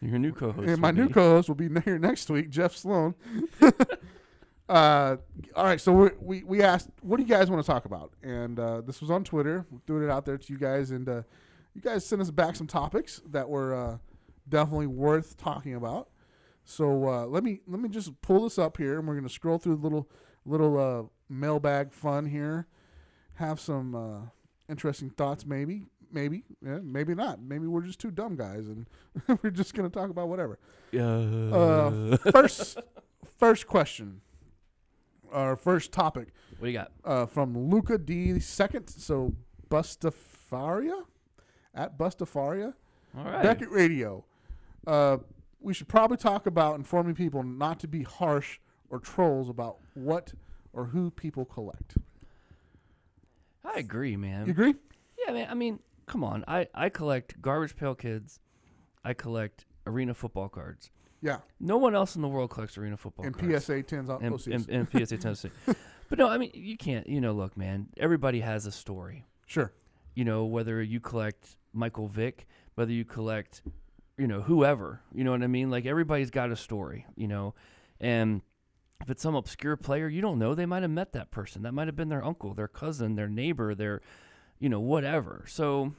S2: Your new co-host.
S1: my
S2: will
S1: new
S2: be-
S1: co host will be here next week, Jeff Sloan. uh, all right. So we we, we asked, what do you guys want to talk about? And uh, this was on Twitter. We threw it out there to you guys. And uh, you guys sent us back some topics that were uh, definitely worth talking about. So uh, let me let me just pull this up here, and we're gonna scroll through the little little uh, mailbag fun here. Have some uh, interesting thoughts, maybe, maybe, yeah, maybe not. Maybe we're just two dumb guys, and we're just gonna talk about whatever. Uh, first, first question, our first topic
S2: What do you got?
S1: uh, from Luca D second. So Bustafaria at Bustafaria.
S2: All right.
S1: Beckett Radio. Uh, we should probably talk about informing people not to be harsh or trolls about what or who people collect.
S2: I agree, man.
S1: You agree?
S2: Yeah, man. I mean, come on. I, I collect garbage pail kids. I collect arena football cards.
S1: Yeah.
S2: No one else in the world collects arena football
S1: and
S2: cards.
S1: PSA 10s on
S2: and,
S1: OCs.
S2: and, and PSA Tennessee. but no, I mean, you can't. You know, look, man. Everybody has a story.
S1: sure.
S2: You know, whether you collect Michael Vick, whether you collect, you know, whoever. You know what I mean? Like everybody's got a story. You know, and if it's some obscure player you don't know, they might have met that person. That might have been their uncle, their cousin, their neighbor, their, you know, whatever. So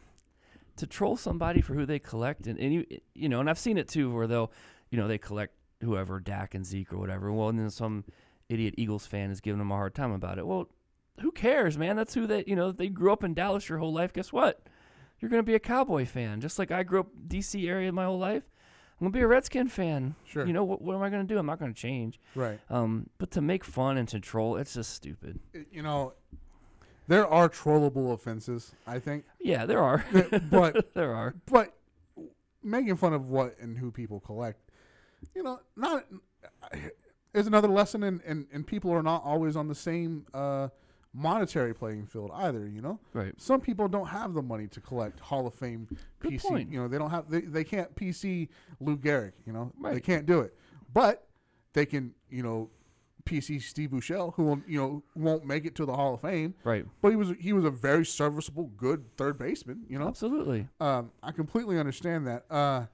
S2: to troll somebody for who they collect and, and you you know, and I've seen it too where they'll you know, they collect whoever, Dak and Zeke or whatever. Well and then some idiot Eagles fan is giving them a hard time about it. Well, who cares, man? That's who they you know, they grew up in Dallas your whole life. Guess what? You're gonna be a cowboy fan. Just like I grew up DC area my whole life. I'm gonna be a Redskin fan.
S1: Sure.
S2: You know what, what am I gonna do? I'm not gonna change.
S1: Right.
S2: Um, but to make fun and to troll, it's just stupid.
S1: I- You know, there are trollable offenses, I think,
S2: Yeah, there are.
S1: but
S2: there are.
S1: but making fun of what and who people collect, you know, not is another lesson, and and and people are not always on the same uh, monetary playing field either. You know,
S2: Right.
S1: Some people don't have the money to collect Hall of Fame
S2: Good
S1: PC.
S2: point.
S1: You know, they don't have they, they can't PC Lou Gehrig. You know, they
S2: Right.
S1: can't do it, but they can you know. PC Steve Bouchel, who will, you know won't make it to the Hall of Fame,
S2: Right.
S1: But he was he was a very serviceable, good third baseman. You know,
S2: Absolutely.
S1: um, I completely understand that. Uh,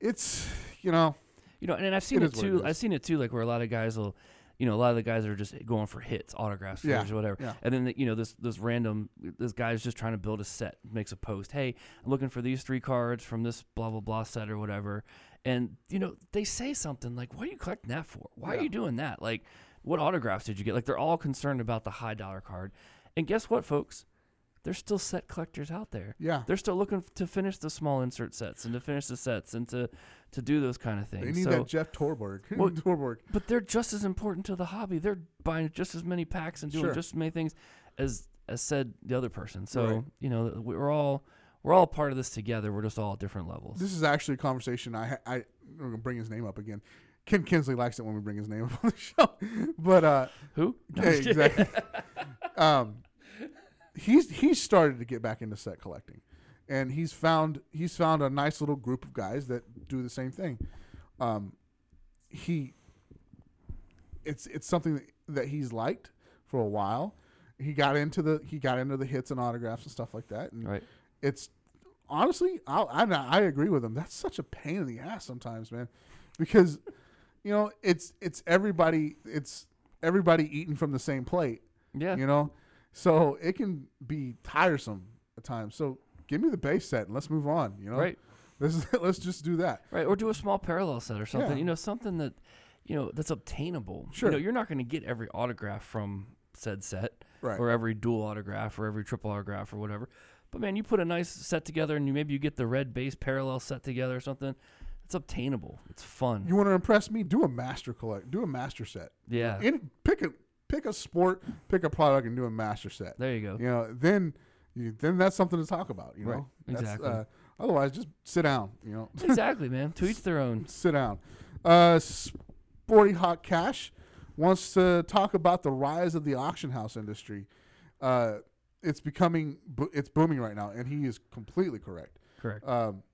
S1: it's you know,
S2: You know, and, and I've seen
S1: It
S2: it,
S1: is what it
S2: too.
S1: is.
S2: I've seen it too, like where a lot of guys will, you know, a lot of the guys are just going for hits, autographs,
S1: Yeah,
S2: figures, whatever.
S1: yeah.
S2: And then, the, you know, this this random, this guy's just trying to build a set, makes a post. Hey, I'm looking for these three cards from this blah, blah, blah set or whatever. And, you know, they say something like, what are you collecting that for? Why
S1: Yeah.
S2: are you doing that? Like, what autographs did you get? Like, they're all concerned about the high dollar card. And guess what, folks? There's still set collectors out there.
S1: Yeah.
S2: They're still looking f- to finish the small insert sets and to finish the sets and to, to do those kind of things.
S1: they need
S2: so,
S1: that Jeff Torborg.
S2: Well-
S1: Torborg.
S2: but they're just as important to the hobby. They're buying just as many packs and doing
S1: Sure.
S2: just as many things as as said the other person. So
S1: Right.
S2: you know we're all we're all part of this together. We're just all at different levels.
S1: This is actually a conversation. I ha- I I'm gonna bring his name up again. Ken Kinsley likes it when we bring his name up on the show, but uh,
S2: Who? No,
S1: yeah,
S2: I'm just kidding.
S1: exactly. um, he's he's started to get back into set collecting, and he's found he's found a nice little group of guys that do the same thing. Um, he it's it's something that, that he's liked for a while. He got into the he got into the hits and autographs and stuff like that, and
S2: Right.
S1: it's honestly, I, I I agree with him. That's such a pain in the ass sometimes, man, because you know it's it's everybody it's everybody eating from the same plate,
S2: Yeah.
S1: you know, so it can be tiresome at times. So give me the base set and let's move on. You know,
S2: Right.
S1: This is, let's just do that.
S2: Right. Or do a small parallel set or something.
S1: Yeah.
S2: You know something that you know that's obtainable.
S1: Sure.
S2: You know you're not going to get every autograph from said set
S1: Right.
S2: or every dual autograph or every triple autograph or whatever. But man, you put a nice set together and you maybe you get the red base parallel set together or something. It's obtainable. It's fun.
S1: You want to impress me? Do a master collect. Do a master set.
S2: yeah.
S1: Any, pick a pick a sport, pick a product, and do a master set.
S2: there you go.
S1: You know, then you, then that's something to talk about. You
S2: Right,
S1: know, That's,
S2: exactly.
S1: uh, otherwise, just sit down. You know,
S2: exactly, man. To each their own.
S1: sit down. Uh, Sporty Hot Cash wants to talk about the rise of the auction house industry. Uh, it's becoming, bo- it's booming right now, and he is completely correct.
S2: Correct.
S1: Um,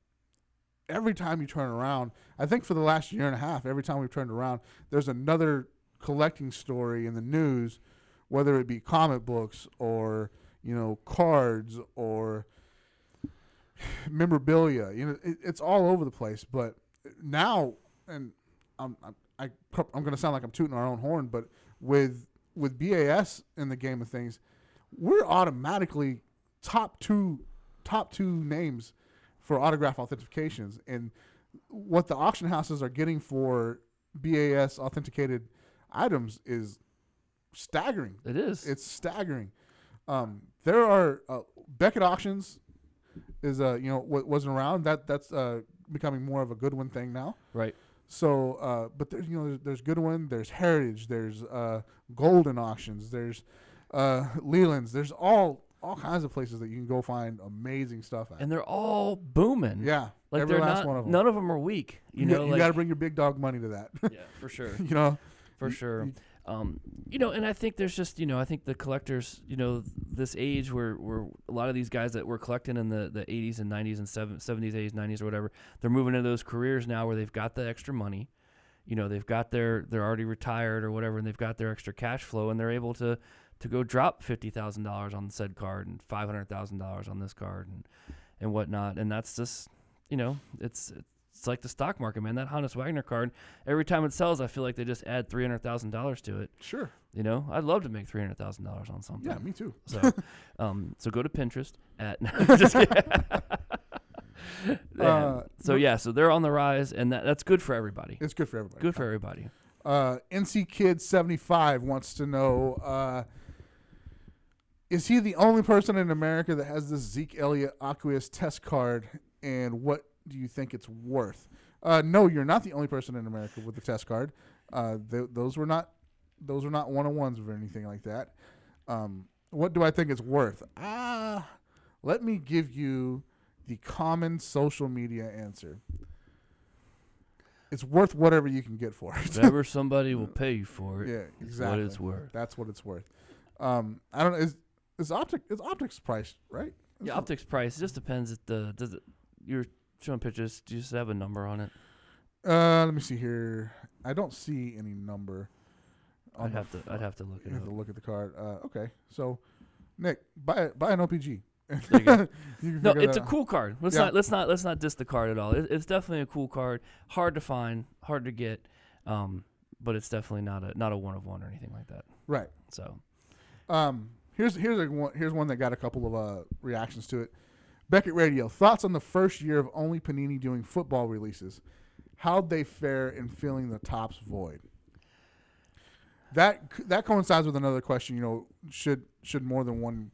S1: every time you turn around, I think for the last year and a half, every time we've turned around, there's another collecting story in the news, whether it be comic books or you know cards or memorabilia. You know, it, it's all over the place. But now, and I'm I'm, I, I'm going to sound like I'm tooting our own horn, but with with BAS in the game of things, we're automatically top two top two names for autograph authentications and what the auction houses are getting for BAS authenticated items is staggering.
S2: It is.
S1: It's staggering. Um, there are uh, Beckett auctions is uh you know what wasn't around that that's uh becoming more of a Goodwin thing now.
S2: right.
S1: So, uh, but there's you know there's, there's Goodwin, there's Heritage, there's uh, Golden Auctions, there's uh, Leland's, there's all all kinds of places that you can go find amazing stuff at.
S2: And they're all booming.
S1: yeah,
S2: Mm-hmm. Like
S1: every
S2: they're
S1: last
S2: not,
S1: one of them.
S2: None of them are weak. You know,
S1: got- you
S2: like,
S1: got to bring your big dog money to that.
S2: yeah, for sure.
S1: you know,
S2: for sure. um, you know, and I think there's just you know I think the collectors you know this age where where a lot of these guys that were collecting in the, the 80s and 90s and seven- 70s 80s 90s or whatever they're moving into those careers now where they've got the extra money, you know they've got their they're already retired or whatever and they've got their extra cash flow and they're able to to go drop fifty thousand dollars on said card and five hundred thousand dollars on this card and and whatnot and that's just you know it's it's like the stock market man that Hannes Wagner card every time it sells I feel like they just add three hundred thousand dollars to it
S1: sure.
S2: you know, I'd love to make three hundred thousand dollars on something.
S1: Yeah, me too.
S2: So, um, so go to Pinterest at. no, just kidding. Man,
S1: Uh,
S2: so yeah, so they're on the rise, and that, that's good for everybody.
S1: It's good for everybody.
S2: Good for everybody.
S1: Uh, NC Kid seventy five wants to know: uh, Is he the only person in America that has this Zeke Elliott Aqueous test card, and what do you think it's worth? Uh, no, you're not the only person in America with the test card. Uh, th- those were not those were not one on ones or anything like that. Um, what do I think it's worth? Ah, let me give you the common social media answer. It's worth whatever you can get for it.
S2: Whatever somebody will pay you for it.
S1: Yeah,
S2: is
S1: exactly.
S2: What it's worth.
S1: That's what it's worth. Um, I don't know. Is is optic is optics priced right?
S2: Yeah, optics price it just depends. At the does it, you're showing pictures. Do you just have a number on it?
S1: Uh, let me see here. I don't see any number. on
S2: I'd
S1: the
S2: have to. I'd have to look
S1: You
S2: it
S1: have to
S2: up.
S1: look at the card. Uh, okay. So, Nick, buy a- buy an OPG.
S2: There you go.
S1: You can
S2: No,
S1: figure
S2: it's a
S1: that out.
S2: cool card. Let's
S1: Yeah.
S2: not let's not let's not diss the card at all. It, it's definitely a cool card. Hard to find, hard to get, um, but it's definitely not a not a one of one or anything like that.
S1: right.
S2: So
S1: Um, here's here's a one, here's one that got a couple of uh, reactions to it. Beckett Radio thoughts on the first year of only Panini doing football releases. How'd they fare in filling the tops void? That c- that coincides with another question. You know, should should more than one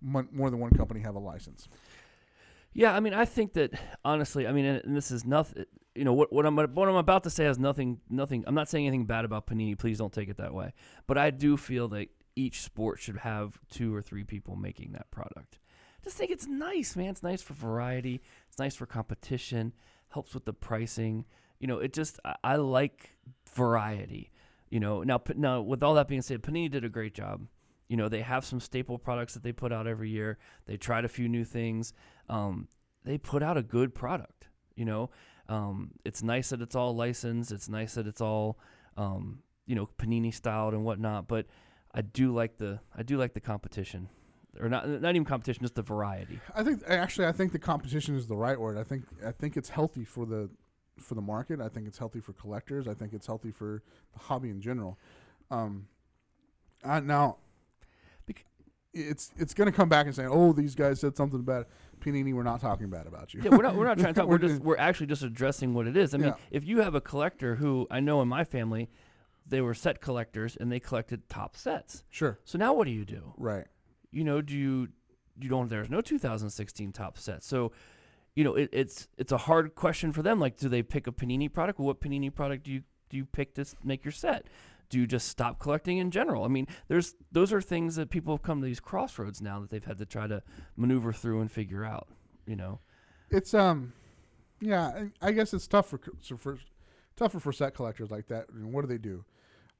S1: mon- more than one company have a license?
S2: yeah, I mean, I think that honestly, I mean, and, and this is nothing. You know what what I'm what I'm about to say has nothing nothing. I'm not saying anything bad about Panini. Please don't take it that way. But I do feel that each sport should have two or three people making that product. Just think it's nice, man. It's nice for variety. It's nice for competition. Helps with the pricing. You know, it just I, I like variety. You know, now Pa- now with all that being said, Panini did a great job. You know, they have some staple products that they put out every year. They tried a few new things. Um, they put out a good product. You know, um, it's nice that it's all licensed. It's nice that it's all um, you know Panini styled and whatnot. But I do like the I do like the competition, or not not even competition, just the variety.
S1: I think actually I think the competition is the right word. I think I think it's healthy for the for the market. I think it's healthy for collectors. I think it's healthy for the hobby in general. Um, I, now,
S2: Bec-
S1: it's it's going to come back and say, "Oh, these guys said something bad." Panini, we're not talking bad about you.
S2: yeah, we're not we're not trying to talk. We're,
S1: We're
S2: just
S1: doing-
S2: we're actually just addressing what it is. I mean,
S1: Yeah.
S2: if you have a collector who I know in my family, they were set collectors and they collected top sets.
S1: Sure.
S2: So now what do you do?
S1: Right.
S2: you know, do you you don't there's no 2016 top set. So, you know, it, it's it's a hard question for them. Like, do they pick a Panini product? Well, what Panini product do you do you pick to s- make your set? Do you just stop collecting in general? I mean, there's those are things that people have come to these crossroads now that they've had to try to maneuver through and figure out. You know,
S1: It's um, yeah. I, I guess it's tough for, co- so for tougher for set collectors like that. I mean, what do they do?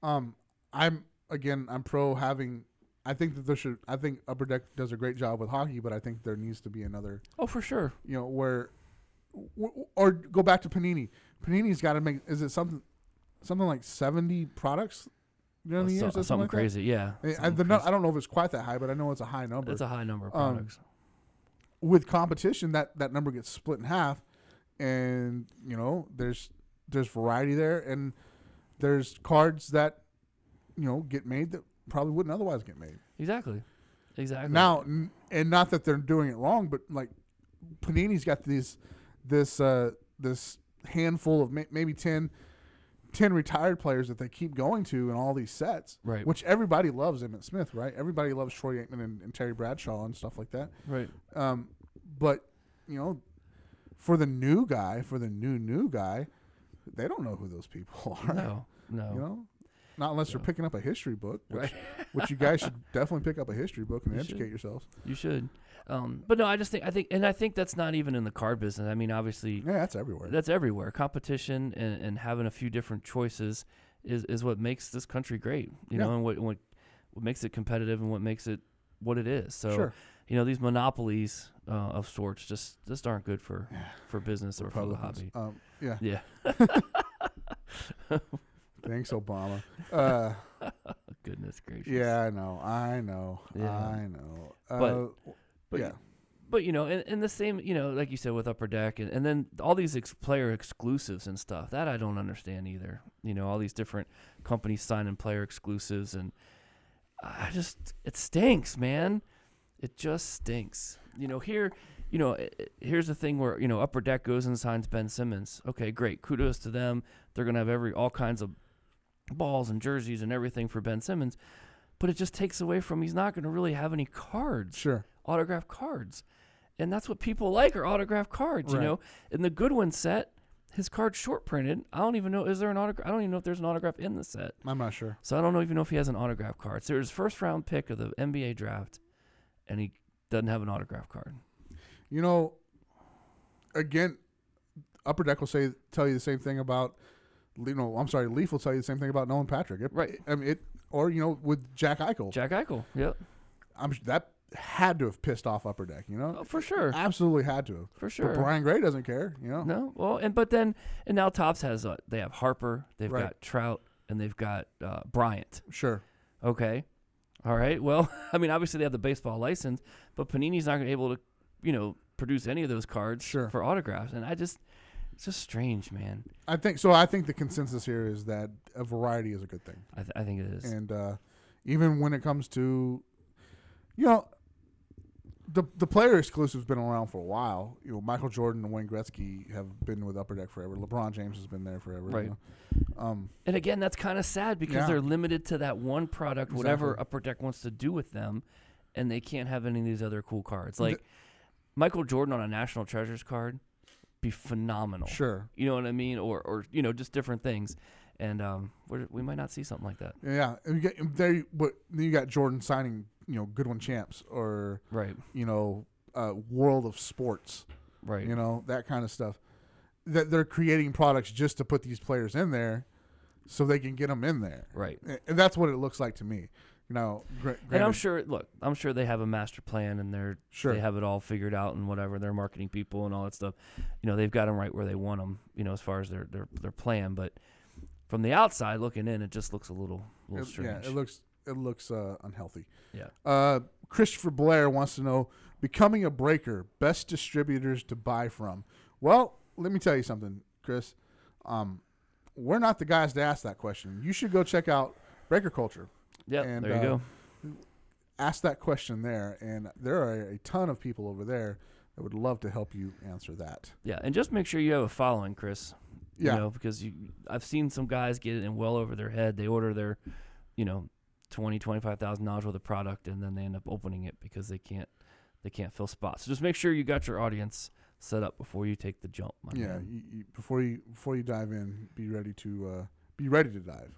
S1: Um, I'm again. I'm pro having. I think that there should. I think Upper Deck does a great job with hockey, but I think there needs to be another.
S2: oh for sure,
S1: You know where, w- or go back to Panini. Panini's got to make. Is it something, something like seventy products? During the
S2: So-
S1: year,
S2: something,
S1: like that?
S2: crazy, yeah.
S1: I, mean, I,
S2: something
S1: the nu-
S2: crazy.
S1: I don't know if it's quite that high, but I know it's a high number.
S2: That's a high number of
S1: Um,
S2: products.
S1: With competition, that, that number gets split in half, and you know there's there's variety there, and there's cards that you know get made that probably wouldn't otherwise get made.
S2: exactly, exactly.
S1: Now, n- and not that they're doing it wrong, but like Panini's got these this uh, this handful of may- maybe 10, 10 retired players that they keep going to in all these sets,
S2: Right.
S1: Which everybody loves Emmett Smith, right? Everybody loves Troy Aikman and, and Terry Bradshaw and stuff like that.
S2: right?
S1: Um, but you know, for the new guy, for the new new guy, they don't know who those people are.
S2: No, no.
S1: You know, not unless
S2: No.
S1: you're picking up a history book, which,
S2: Right.
S1: which you guys should definitely pick up a history book and
S2: You should.
S1: educate yourselves.
S2: You should. Um, but no, I just think I think, and I think that's not even in the card business. I mean, obviously,
S1: Yeah, that's everywhere.
S2: that's everywhere. Competition and, and having a few different choices is, is what makes this country great,
S1: Yeah.
S2: you know, and what, what what makes it competitive and what makes it what it is. So,
S1: Sure.
S2: you know, these monopolies uh, of sorts just just aren't good for for business or for the
S1: Republicans.
S2: hobby.
S1: Um, yeah.
S2: Yeah,
S1: Thanks, Obama. Uh,
S2: goodness gracious.
S1: yeah, I know. I know.
S2: Yeah.
S1: I know. Uh,
S2: But-
S1: but
S2: but
S1: yeah,
S2: But you know, and, and the same, you know, like you said with Upper Deck, and, and then all these ex- player exclusives and stuff that I don't understand either. You know, all these different companies signing player exclusives, and I just it stinks, man. It just stinks. You know, here, you know, i- i- here's the thing where you know Upper Deck goes and signs Ben Simmons. Okay, great, kudos to them. They're gonna have every all kinds of balls and jerseys and everything for Ben Simmons, but it just takes away from he's not gonna really have any cards
S1: sure.
S2: autographed cards. And that's what people like are autographed cards,
S1: Right.
S2: you know. In the Goodwin set, his card's short printed. I don't even know is there an autograph I don't even know if there's an autograph in the set.
S1: I'm not sure.
S2: So I don't know even know if he has an autograph card. So it was first round pick of the NBA draft and he doesn't have an autograph card.
S1: You know, again, Upper Deck will say tell you the same thing about. You know, I'm sorry. Leaf will tell you the same thing about Nolan Patrick. It-
S2: Right.
S1: I mean, it or you know with Jack Eichel.
S2: Jack Eichel. Yep.
S1: I'm sh- that had to have pissed off Upper Deck. You know,
S2: Oh, for sure.
S1: absolutely had to. have.
S2: For sure.
S1: But Brian Gray doesn't care. You know.
S2: No. Well, and but then and now Tops has uh, they have Harper, they've
S1: Right.
S2: got Trout, and they've got uh, Bryant.
S1: Sure.
S2: Okay. All right. Well, I mean, obviously they have the baseball license, but Panini's not going to be able to, you know, produce any of those cards
S1: Sure.
S2: for autographs. And I just, it's just strange, man.
S1: I think so. I think the consensus here is that a variety is a good thing.
S2: I, th- I think it is.
S1: and uh, even when it comes to, you know, the the player exclusive's been around for a while. You know, Michael Jordan and Wayne Gretzky have been with Upper Deck forever. LeBron James has been there forever. you
S2: Right.
S1: know. Um,
S2: And again, that's kind of sad because
S1: Yeah.
S2: they're limited to that one product, whatever
S1: Exactly.
S2: Upper Deck wants to do with them, and they can't have any of these other cool cards. Like Michael Jordan on a National Treasures card, be phenomenal.
S1: sure.
S2: You know what I mean? Or, or you know, just different things. And um, we're, we might not see something like that.
S1: Yeah. And you get, and there. You, but then you got Jordan signing. You know, Goodwin Champs or
S2: Right.
S1: you know, uh, World of Sports.
S2: Right.
S1: You know that kind of stuff. That they're creating products just to put these players in there, so they can get them in there.
S2: Right.
S1: A- and that's what it looks like to me. You know, gra-
S2: And I'm
S1: granted-
S2: sure. Look, I'm sure they have a master plan, and they're
S1: Sure.
S2: they have it all figured out, and whatever their marketing people and all that stuff. You know, they've got them right where they want them. You know, as far as their their their plan. But from the outside looking in, it just looks a little little
S1: it, yeah,
S2: strange.
S1: it looks it looks uh, unhealthy.
S2: Yeah.
S1: Uh, Christopher Blair wants to know becoming a breaker, best distributors to buy from. Well, let me tell you something, Chris. Um, we're not the guys to ask that question. You should go check out Breaker Culture.
S2: Yep,
S1: and,
S2: there you
S1: uh,
S2: go.
S1: Ask that question there, and there are a ton of people over there that would love to help you answer that.
S2: Yeah, and just make sure you have a following, Chris.
S1: Yeah.
S2: You know, because you I've seen some guys get it in well over their head. They order their, you know, twenty, twenty five thousand dollars worth of product and then they end up opening it because they can't they can't fill spots. So just make sure you got your audience set up before you take the jump. my
S1: Yeah,
S2: man.
S1: you, you, before you before you dive in, be ready to uh, be ready to dive,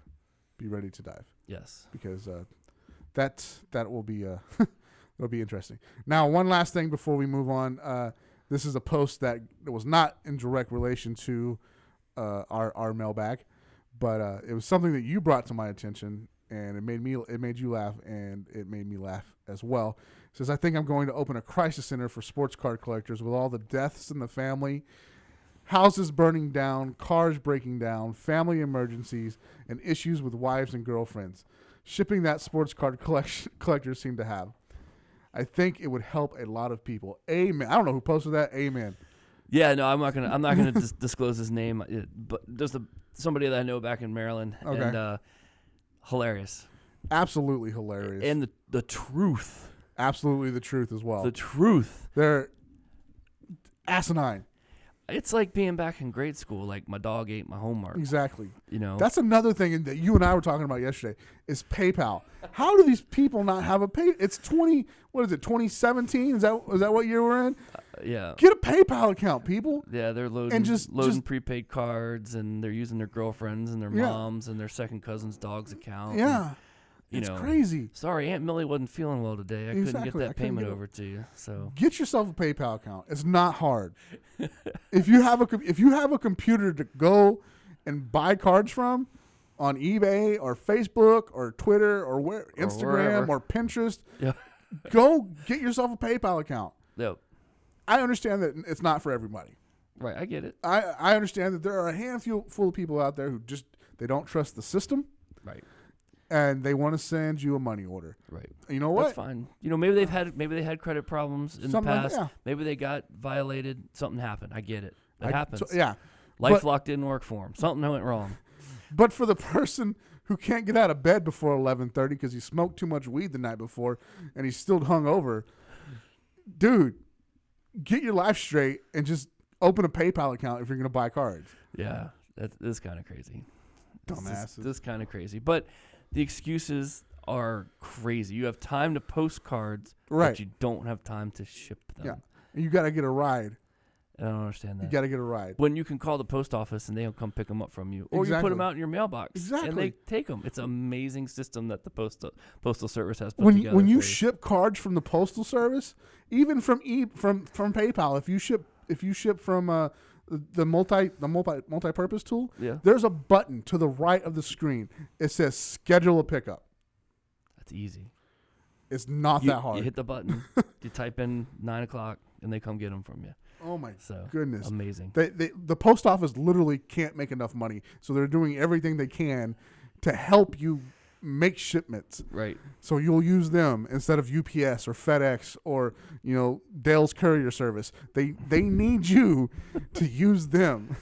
S1: be ready to dive
S2: Yes.
S1: because uh, that that will be uh, it'll be interesting. Now, one last thing before we move on. Uh, this is a post that was not in direct relation to uh, our our mailbag, but uh, it was something that you brought to my attention, and it made me it made you laugh, and it made me laugh as well. It says I think I'm going to open a crisis center for sports card collectors with all the deaths in the family. Houses burning down, cars breaking down, family emergencies, and issues with wives and girlfriends. Shipping that sports card collection collectors seem to have. I think it would help a lot of people. Amen. I don't know who posted that. Amen.
S2: Yeah, no, I'm not gonna. I'm not gonna dis- disclose his name. It, but there's a, somebody that I know back in Maryland, and
S1: Okay.
S2: uh, hilarious.
S1: Absolutely hilarious.
S2: And the the truth,
S1: absolutely the truth as well.
S2: the truth.
S1: They're asinine.
S2: It's like being back in grade school. Like my dog ate my homework.
S1: Exactly.
S2: You know.
S1: That's another thing that you and I were talking about yesterday is PayPal. How do these people not have a pay? It's twenty. What is it? Twenty seventeen? Is that is that what year we're in?
S2: yeah.
S1: Get a PayPal account, people.
S2: Yeah, they're loading
S1: just-
S2: loading
S1: just-
S2: prepaid cards, and they're using their girlfriends and their
S1: Yeah.
S2: moms and their second cousins' dogs' account. and,
S1: Yeah,
S2: Um, you
S1: it's
S2: know.
S1: crazy.
S2: Sorry, Aunt Millie wasn't feeling well today. I couldn't get
S1: Exactly, I couldn't
S2: that payment
S1: get it.
S2: over to you. So
S1: Get yourself a PayPal account. It's not hard. if you have a com- if you have a computer to go and buy cards from on eBay or Facebook or Twitter or where Instagram
S2: wherever.
S1: or Pinterest,
S2: yeah,
S1: go get yourself a PayPal account.
S2: yep.
S1: I understand that it's not for everybody.
S2: Right, I get it.
S1: I, I understand that there are a handful full of people out there who just they don't trust the system
S2: Right,
S1: and they want to send you a money order.
S2: right.
S1: You know what?
S2: That's fine. You know, maybe they've had maybe they had credit problems in
S1: Something
S2: the
S1: like-
S2: past.
S1: yeah.
S2: Maybe they got violated. Something happened. I get it. It
S1: I- so-
S2: happens.
S1: yeah.
S2: LifeLock didn't work for him. Something went wrong.
S1: But for the person who can't get out of bed before 11:30 because he smoked too much weed the night before and he's still hung over, dude, get your life straight and just open a PayPal account if you're going to buy cards.
S2: Yeah, that is kind of crazy. This,
S1: Dumbasses.
S2: this kind of crazy. But the excuses are crazy. You have time to post cards,
S1: Right.
S2: but you don't have time to ship them.
S1: Yeah. And you got to get a ride.
S2: I don't understand
S1: You
S2: that.
S1: got to get a ride.
S2: when you can call the post office and they'll come pick them up from you, or you put them
S1: Exactly.
S2: out in your mailbox and they
S1: Exactly.
S2: take them. It's an amazing system that the postal postal service has put
S1: when you,
S2: together.
S1: when you
S2: for
S1: ship cards from the postal service, even from e from from PayPal, if you ship if you ship from uh, the- the multi the multi multi purpose tool,
S2: Yeah.
S1: there's a button to the right of the screen. It says schedule a pickup.
S2: That's easy.
S1: It's not
S2: you,
S1: that hard.
S2: You hit the button, you type in nine o'clock, and they come get them from you.
S1: oh my
S2: So
S1: goodness!
S2: amazing.
S1: They, they, the post office literally can't make enough money, so they're doing everything they can to help you make shipments.
S2: right.
S1: So you'll use them instead of UPS or FedEx or you know Dale's Courier Service. They they need you to use them.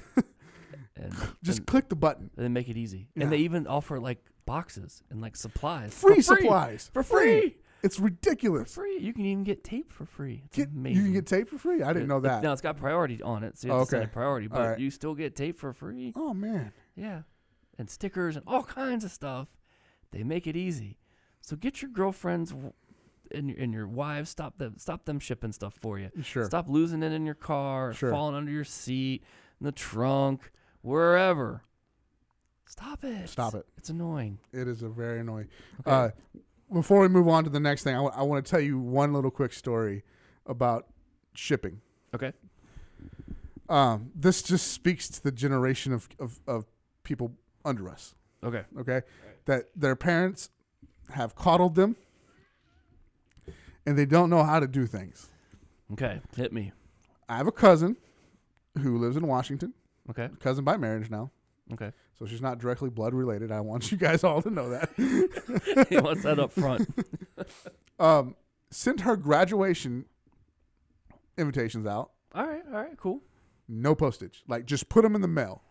S2: And
S1: Just
S2: and,
S1: click the button.
S2: and they make it easy.
S1: Yeah.
S2: And they even offer like boxes and like supplies. for
S1: Free, supplies
S2: For free.
S1: It's
S2: For
S1: ridiculous.
S2: free. You can even get tape for free. It's
S1: Get-
S2: amazing.
S1: you can get tape for free. I didn't know that.
S2: Now it's got priority on it, so you have
S1: Oh,
S2: to send
S1: okay.
S2: it priority,
S1: All
S2: but
S1: right.
S2: you still get tape for free.
S1: Oh man,
S2: Yeah. And stickers and all kinds of stuff. They make it easy. So get your girlfriends w- and your, and your wives stop them stop them shipping stuff for you.
S1: Sure.
S2: Stop losing it in your car,
S1: Sure.
S2: falling under your seat, in the trunk, wherever. Stop it.
S1: Stop it.
S2: It's annoying.
S1: it is a very annoying. Uh, before we move on to the next thing, I want to tell you one little quick story about shipping.
S2: Okay.
S1: Um, this just speaks to the generation of, of, of people under us.
S2: Okay.
S1: okay that their parents have coddled them and they don't know how to do things
S2: Okay. Hit me.
S1: i have a cousin who lives in washington
S2: Okay.
S1: cousin by marriage now
S2: Okay.
S1: so she's not directly blood related i want you guys all to know that
S2: he wants that up front.
S1: um, sent her graduation invitations out
S2: All right. All right. Cool.
S1: no postage like just put them in the mail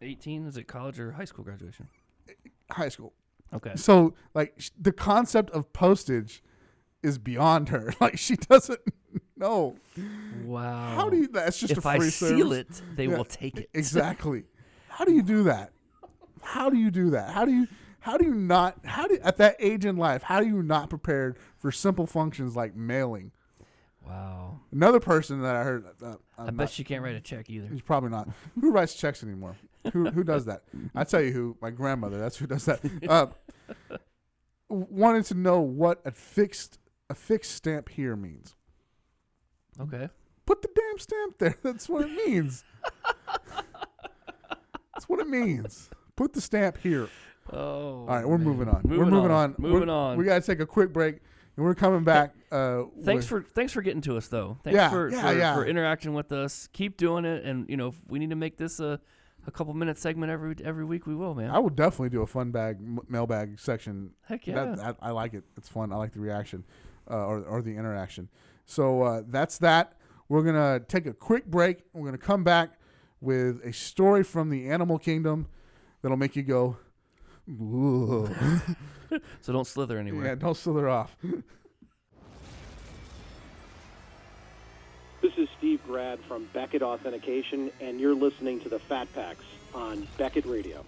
S2: 18 is it college or high school graduation?
S1: high school
S2: Okay.
S1: so like sh- the concept of postage is beyond her like she doesn't No.
S2: Wow.
S1: How do you? That's just
S2: Oh. If
S1: a free
S2: I seal
S1: service.
S2: it, they
S1: Yeah,
S2: will take it.
S1: Exactly. How do you do that? How do you do that? How do you? How do you not? How do at that age in life? How do you not prepared for simple functions like mailing?
S2: Wow.
S1: Another person that I heard. Uh, I'm
S2: I
S1: not-
S2: bet you can't write a check either.
S1: He's probably not. Who writes checks anymore? Who who does that? I tell you who. My grandmother. That's who does that. Uh, w- wanted to know what a fixed a fixed stamp here means.
S2: Okay.
S1: Put the damn stamp there. That's what it means. That's what it means. Put the stamp here.
S2: Oh.
S1: All right, we're moving on. we're
S2: Moving
S1: moving
S2: on.
S1: on.
S2: Moving
S1: We're-
S2: on.
S1: We gotta take a quick break, and we're coming back. Uh,
S2: Thanks
S1: with-
S2: for thanks for getting to us though. Thanks
S1: Yeah,
S2: for,
S1: yeah,
S2: for,
S1: yeah.
S2: for interacting with us. Keep doing it, and you know if we need to make this a, a couple minute segment every every week. We will, man.
S1: I will definitely do a fun bag m- mailbag section.
S2: Heck yeah.
S1: That- that- I like it. It's fun. I like the reaction uh, or or the interaction. So uh, that's that. We're gonna take a quick break. We're gonna come back with a story from the animal kingdom that'll make you go. "Whoa."
S2: so don't slither anywhere.
S1: yeah, don't slither off.
S3: This is Steve Grad from Beckett Authentication, and you're listening to the Fat Packs on Beckett Radio.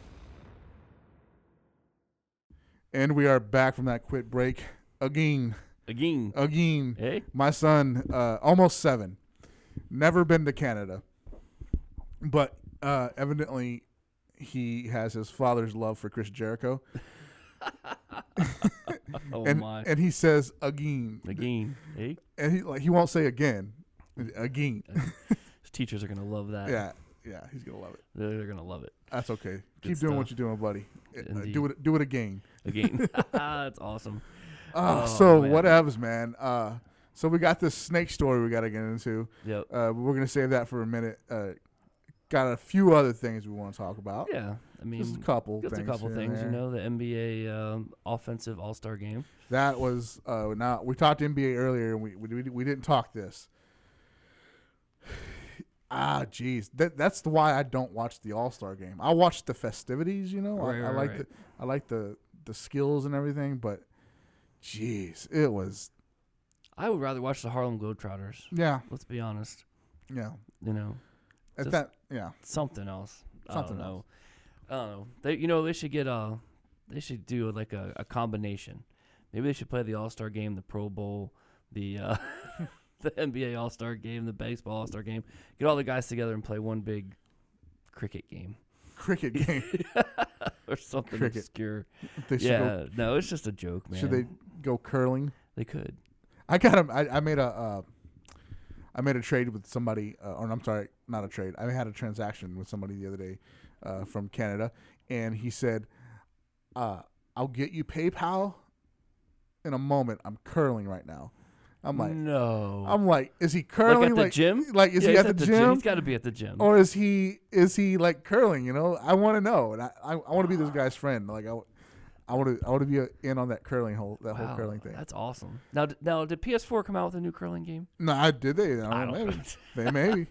S1: And we are back from that quick break again,
S2: Again.
S1: again.
S2: Hey.
S1: My son, uh, almost seven, never been to Canada, but uh, evidently he has his father's love for Chris Jericho,
S2: Oh
S1: and
S2: my.
S1: and he says again,
S2: Again. Hey.
S1: and he like he won't say again, again.
S2: His teachers are gonna love that.
S1: yeah, yeah, he's gonna love it.
S2: They're, they're gonna love it.
S1: That's okay. Keep doing
S2: Good
S1: what
S2: stuff.
S1: you're doing, buddy. Uh,
S2: Indeed.
S1: do it. Do it again.
S2: Again. That's awesome.
S1: Oh,
S2: Oh,
S1: so
S2: man.
S1: whatevs, man. Uh, so we got this snake story we got to get into.
S2: Yep.
S1: Uh, we're gonna save that for a minute. Uh, got a few other things we want to talk about.
S2: Yeah. I mean,
S1: Just a couple.
S2: just a
S1: things
S2: couple
S1: here and
S2: things. You
S1: there.
S2: know, the NBA um, offensive All Star game.
S1: That was uh, now we talked NBA earlier, and we we, we didn't talk this. Ah, jeez, that that's the why I don't watch the All Star game. I watch the festivities, you know.
S2: Right,
S1: I, I
S2: right,
S1: like
S2: right.
S1: the I like the the skills and everything, but jeez, it was
S2: I would rather watch the Harlem Globetrotters.
S1: yeah,
S2: Let's be honest.
S1: yeah.
S2: You know,
S1: At
S2: Just-
S1: that, yeah,
S2: something else.
S1: Something
S2: I don't know. I don't know. They, you know, they should get uh they should do like a, a combination. Maybe they should play the All Star Game, the Pro Bowl, the uh, the NBA All Star Game, the baseball All Star Game. Get all the guys together and play one big cricket game
S1: cricket game.
S2: or something
S1: Cricket.
S2: obscure.
S1: they should
S2: yeah, no, it's just a joke,
S1: go,
S2: man.
S1: should they go curling?
S2: They could.
S1: I got him. I, I made a. Uh, I made a trade with somebody, uh, or I'm sorry, not a trade. I had a transaction with somebody the other day uh, from Canada, and he said, uh, "I'll get you PayPal in a moment. I'm curling right now." I'm like,
S2: no.
S1: I'm like, is he curling
S2: Mm. like at the gym?
S1: Like, is
S2: Yeah,
S1: he
S2: he's
S1: at the, gym? Oh,
S2: He's got to be at the gym.
S1: or is he is he like curling? You know, I want to know, and I I, I want to be this guy's friend. Like I, I want to I want to be uh, in on that curling whole that
S2: Wow,
S1: whole curling thing.
S2: That's awesome. Now, d- now, did PS4 come out with a new curling game?
S1: No, I did they?
S2: I
S1: I don't
S2: don't
S1: Oh, maybe.
S2: know.
S1: they maybe.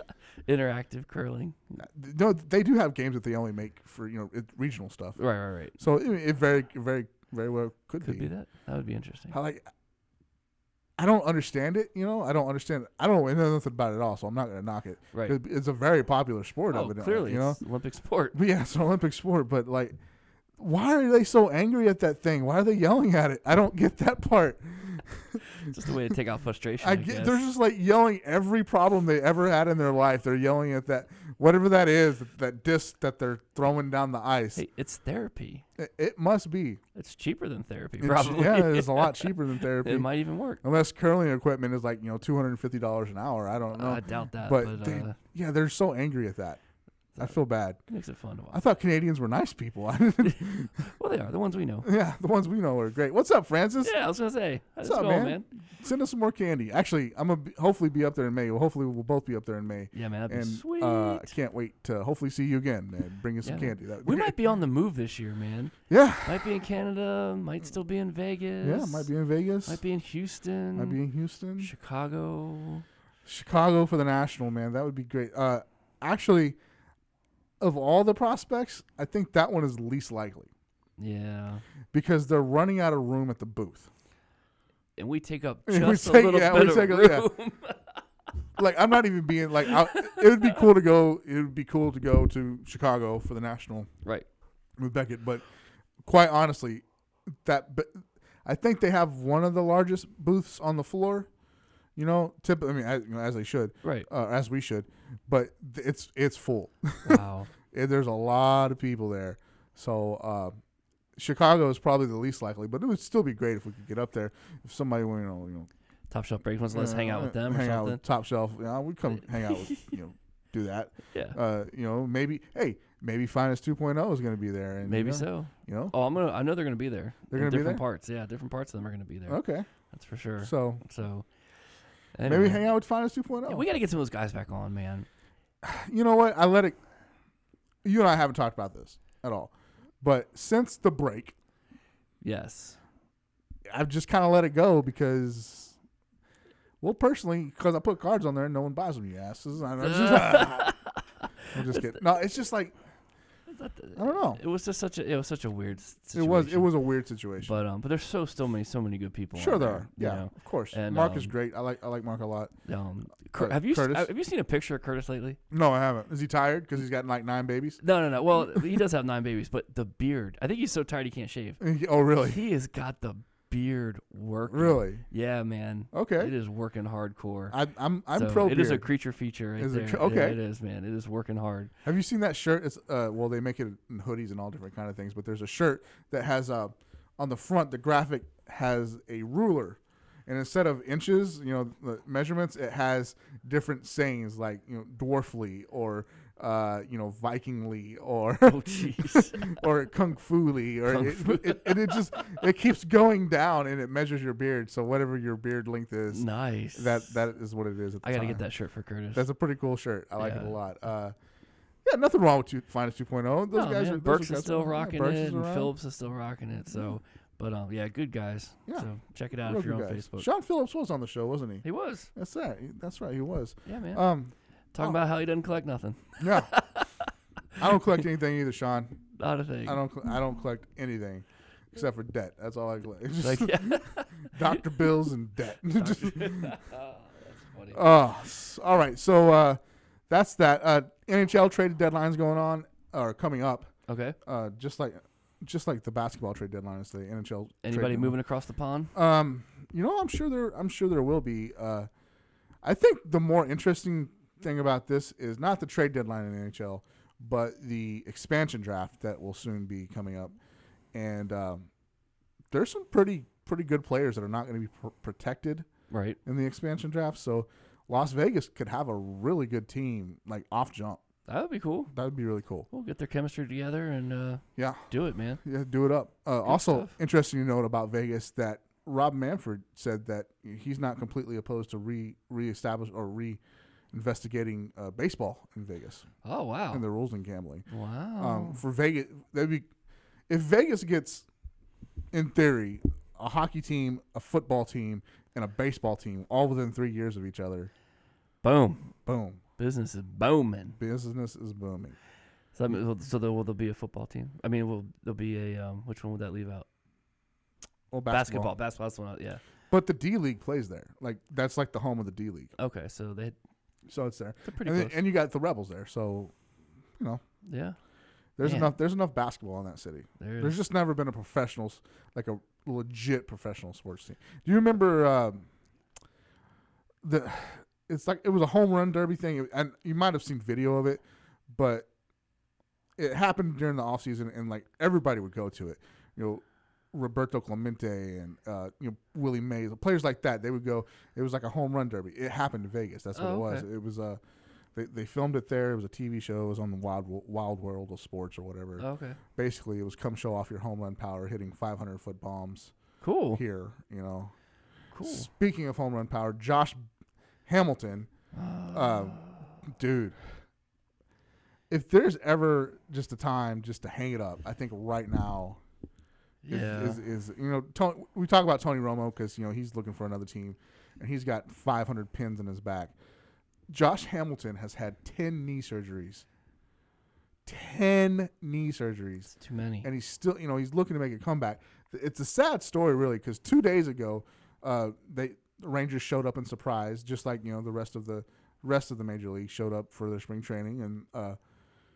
S2: Interactive curling.
S1: No, they do have games that they only make for you know it, regional stuff.
S2: Right, right, right.
S1: So it, it very, very, very well could,
S2: Could
S1: be.
S2: be that. That would be interesting.
S1: I like. I don't understand it. You know, I don't understand. I don't know nothing about it at all. So I'm not gonna knock it.
S2: Right.
S1: It- It's a very popular sport.
S2: Oh,
S1: evidently,
S2: clearly,
S1: you know.
S2: it's Olympic sport.
S1: But yeah, it's an Olympic sport. But like, why are they so angry at that thing? Why are they yelling at it? I don't get that part.
S2: It's just a way to take out frustration. I,
S1: I get,
S2: guess.
S1: they're just like yelling every problem they ever had in their life. They're yelling at that whatever that is, that disc that they're throwing down the ice.
S2: Hey, it's therapy.
S1: It, it must be.
S2: It's cheaper than therapy,
S1: It's-
S2: probably.
S1: yeah, it's a lot cheaper than therapy.
S2: It might even work.
S1: Unless curling equipment is like you know two hundred and fifty dollars an hour. I don't know.
S2: I doubt that,
S1: but
S2: but,
S1: they,
S2: uh,
S1: yeah, they're so angry at that. I feel bad.
S2: It makes it fun to watch.
S1: I thought Canadians were nice people. I didn't-
S2: well, they are the ones we know.
S1: yeah, the ones we know are great. What's up, Francis?
S2: Yeah, I was gonna say. What's
S1: up,
S2: going,
S1: man? Send us some more candy. Actually, I'm gonna be, hopefully be up there in May. Well, hopefully we'll both be up there in May.
S2: Yeah, man, that'd be
S1: and
S2: sweet.
S1: uh, I can't wait to hopefully see you again and bring us
S2: Yeah,
S1: some
S2: man.
S1: candy. That would
S2: We
S1: be
S2: might
S1: great.
S2: be on the move this year, man.
S1: Yeah,
S2: Might be in Canada. Might still be in Vegas.
S1: yeah. Might be in Vegas.
S2: Might be in Houston.
S1: Might be in Houston.
S2: Chicago.
S1: Chicago for the national, man. That would be great. Uh, actually, of all the prospects, I think that one is least likely
S2: Yeah.
S1: because they're running out of room at the booth.
S2: And we take up
S1: We
S2: just a
S1: take-
S2: little
S1: yeah, we
S2: bit
S1: take a-
S2: of
S1: yeah.
S2: room.
S1: like I'm not even being like I, it would be cool to go. It would be cool to go to Chicago for the national
S2: Right.
S1: with Beckett, but quite honestly, that but I think they have one of the largest booths on the floor. You know, tip. I mean, as, you know, as they should,
S2: Right.
S1: uh, as we should, but th- it's it's full.
S2: Wow.
S1: Eh, there's a lot of people there. So uh, Chicago is probably the least likely, but it would still be great if we could get up there. If somebody, you know, you know
S2: Top shelf break ones. Let's hang out with them or
S1: Uh, hang out
S2: something.
S1: with top shelf. Yeah, we come hang out with you know, do that.
S2: yeah.
S1: Uh, you know, maybe hey, maybe Finest 2.0 is going to be there. And, you
S2: Maybe
S1: know,
S2: so.
S1: You know,
S2: Oh, I'm gonna. I know they're gonna be there.
S1: They're
S2: in
S1: gonna be
S2: different
S1: there?
S2: parts. Yeah, different parts of them are gonna be there.
S1: okay.
S2: That's for sure. So,
S1: So maybe
S2: anyway.
S1: hang out with Finest 2.0.
S2: Yeah, we gotta get some of those guys back on, man.
S1: you know what? I let it. You and I haven't talked about this at all, but since the break,
S2: Yes.
S1: I've just kind of let it go because, well, personally, because I put cards on there and no one buys them. You asses. I'm just, I'm just kidding. No, it's just like I don't know.
S2: It was just such a. It was such a weird. s-
S1: It
S2: Situation.
S1: was it was a weird situation.
S2: But um, but there's so still many so many good people.
S1: Sure,
S2: out
S1: there are.
S2: you
S1: Yeah,
S2: know?
S1: of course.
S2: And,
S1: Mark is
S2: um,
S1: great. I like I like Mark a lot.
S2: Um, Cur-
S1: Uh,
S2: have you s-
S1: Curtis?
S2: have you seen a picture of Curtis lately?
S1: No, I haven't. Is he tired? Because he's gotten like nine babies.
S2: No, no, no. Well, he does have nine babies, but the beard. I think he's so tired he can't shave.
S1: Oh, really?
S2: He has got the beard working.
S1: Really?
S2: Yeah, man.
S1: Okay.
S2: It is working hardcore.
S1: I, I'm I'm
S2: So
S1: pro.
S2: It is a
S1: beard.
S2: creature feature. Right
S1: Is it
S2: there.
S1: cr-
S2: Yeah,
S1: okay.
S2: it is, man. It is working hard.
S1: Have you seen that shirt? It's uh, well, they make it in hoodies and all different kind of things. But there's a shirt that has uh, on the front the graphic has a ruler, and instead of inches, you know, the measurements, it has different sayings like you know, dwarfly or uh, you know, Vikingly or
S2: Oh, jeez.
S1: or kung fu-ly or
S2: Kung
S1: it, it, and it just it keeps going down and it measures your beard. So whatever your beard length is,
S2: nice.
S1: that that is what it is. At the
S2: I gotta
S1: time.
S2: get that shirt for Curtis.
S1: That's a pretty cool shirt. I like it
S2: Yeah.
S1: a lot. Uh, yeah, nothing wrong with two, Finest 2.0. Those guys
S2: no, Oh, man,
S1: are those
S2: Burks
S1: guys
S2: is
S1: are-
S2: still
S1: yeah,
S2: rocking
S1: Burks
S2: it,
S1: is
S2: and
S1: around.
S2: Phillips is still rocking it. So, but um, yeah, good guys.
S1: Yeah.
S2: So check it out
S1: Real
S2: if you're on
S1: good guys.
S2: Facebook.
S1: Sean Phillips was on the show, wasn't he?
S2: He was.
S1: That's right. He- That's right. He was.
S2: Yeah, man.
S1: Um,
S2: Talking
S1: oh.
S2: about how he doesn't collect nothing.
S1: yeah. I don't collect anything either, Sean.
S2: Not a thing.
S1: I don't. cl- I don't collect anything except for debt. That's all I collect. Just
S2: Like, yeah.
S1: doctor bills and debt. Just-
S2: That's funny.
S1: Oh, s- all right. So uh, that's that. Uh, NHL trade deadlines going on or coming up.
S2: Okay.
S1: Uh, just like, just like the basketball trade deadline is the NHL. trade
S2: Anybody
S1: deadline.
S2: moving across the pond?
S1: Um, you know, I'm sure there. I'm sure there will be. Uh, I think the more interesting thing about this is not the trade deadline in NHL, but the expansion draft that will soon be coming up, and um, there's some pretty pretty good players that are not going to be pr- protected
S2: Right.
S1: in the expansion draft. So Las Vegas could have a really good team, like off jump.
S2: That would be cool.
S1: That would be really cool.
S2: We'll get their chemistry together and uh,
S1: Yeah,
S2: do it, man.
S1: yeah, do it up. Uh, also,
S2: stuff.
S1: interesting to note about Vegas that Rob Manfred said that he's not completely opposed to re reestablish or re investigating uh, baseball in Vegas
S2: Oh wow.
S1: and the rules in gambling.
S2: wow.
S1: Um, for Vegas, that'd be if Vegas gets, in theory, a hockey team, a football team, and a baseball team all within three years of each other.
S2: Boom.
S1: Boom.
S2: Business is booming.
S1: business is booming.
S2: So, that means- well, so there will there be a football team? I mean, will there be a um, which one would that leave out?
S1: Well,
S2: Basketball. Basketball. That's the one. out- Yeah.
S1: But the D League plays there. Like that's like the home of the D League,
S2: Okay. So they
S1: so it's there.
S2: they're pretty
S1: And, then-
S2: close.
S1: and you got the Rebels there, so you know
S2: yeah.
S1: there's
S2: Man.
S1: enough there's enough basketball in that city.
S2: There it
S1: There's
S2: is.
S1: just never been a professional, s- like a legit professional sports team. Do you remember um, the? It's like it was a home run derby thing, and you might have seen video of it, but it happened during the off season, and like everybody would go to it. You know, Roberto Clemente and uh, you know Willie Mays, players like that. They would go. It was like a home run derby. It happened in Vegas. That's what
S2: Oh,
S1: it was.
S2: okay.
S1: It was Uh, they, they filmed it there. It was a TV show. It was on the Wild Wo- Wild World of Sports or whatever
S2: Oh, okay.
S1: basically it was come show off your home run power hitting 500 foot bombs
S2: Cool.
S1: here you know
S2: Cool.
S1: speaking of home run power josh hamilton
S2: Ah.
S1: um, dude if there's ever just a time just to hang it up i think right now is-
S2: Yeah.
S1: is, is, you know Tony, we talk about tony romo because you know he's looking for another team and he's got 500 pins in his back josh hamilton has had 10 knee surgeries 10 knee surgeries
S2: it's too many.
S1: and he's still, you know, he's looking to make a comeback. Th- It's a sad story, really, because two days ago, uh, they the Rangers showed up in surprise, just like you know the rest of the rest of the major league showed up for their spring training, and uh,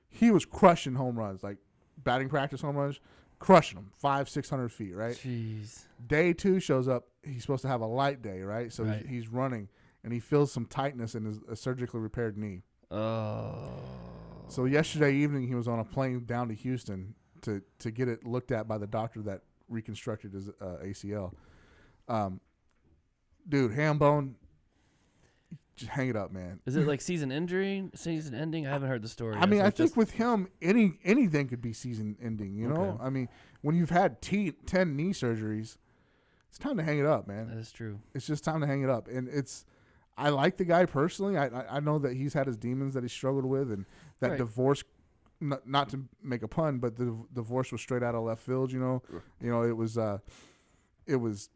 S1: he was crushing home runs, like batting practice home runs, crushing them five, six hundred feet, right?
S2: Jeez.
S1: Day two shows up. He's supposed to have a light day, right? So
S2: Right.
S1: He's, he's running, and he feels some tightness in his a surgically repaired knee.
S2: Oh.
S1: So yesterday evening, he was on a plane down to Houston to to get it looked at by the doctor that reconstructed his uh, ACL. Um, dude, ham bone. Just hang it up, man.
S2: Is it like season injury, season ending? I haven't heard the story.
S1: I
S2: yet,
S1: mean,
S2: so
S1: I
S2: it's
S1: think
S2: just-
S1: with him, any anything could be season ending. You know,
S2: Okay.
S1: I mean, when you've had t- ten knee surgeries, it's time to hang it up, man.
S2: that is true.
S1: It's just time to hang it up. And it's, I like the guy personally. I I, I know that he's had his demons that he struggled with, and that
S2: Right.
S1: divorce. Not, not to make a pun, but the div- divorce was straight out of left field. You know, you know it was, uh it was.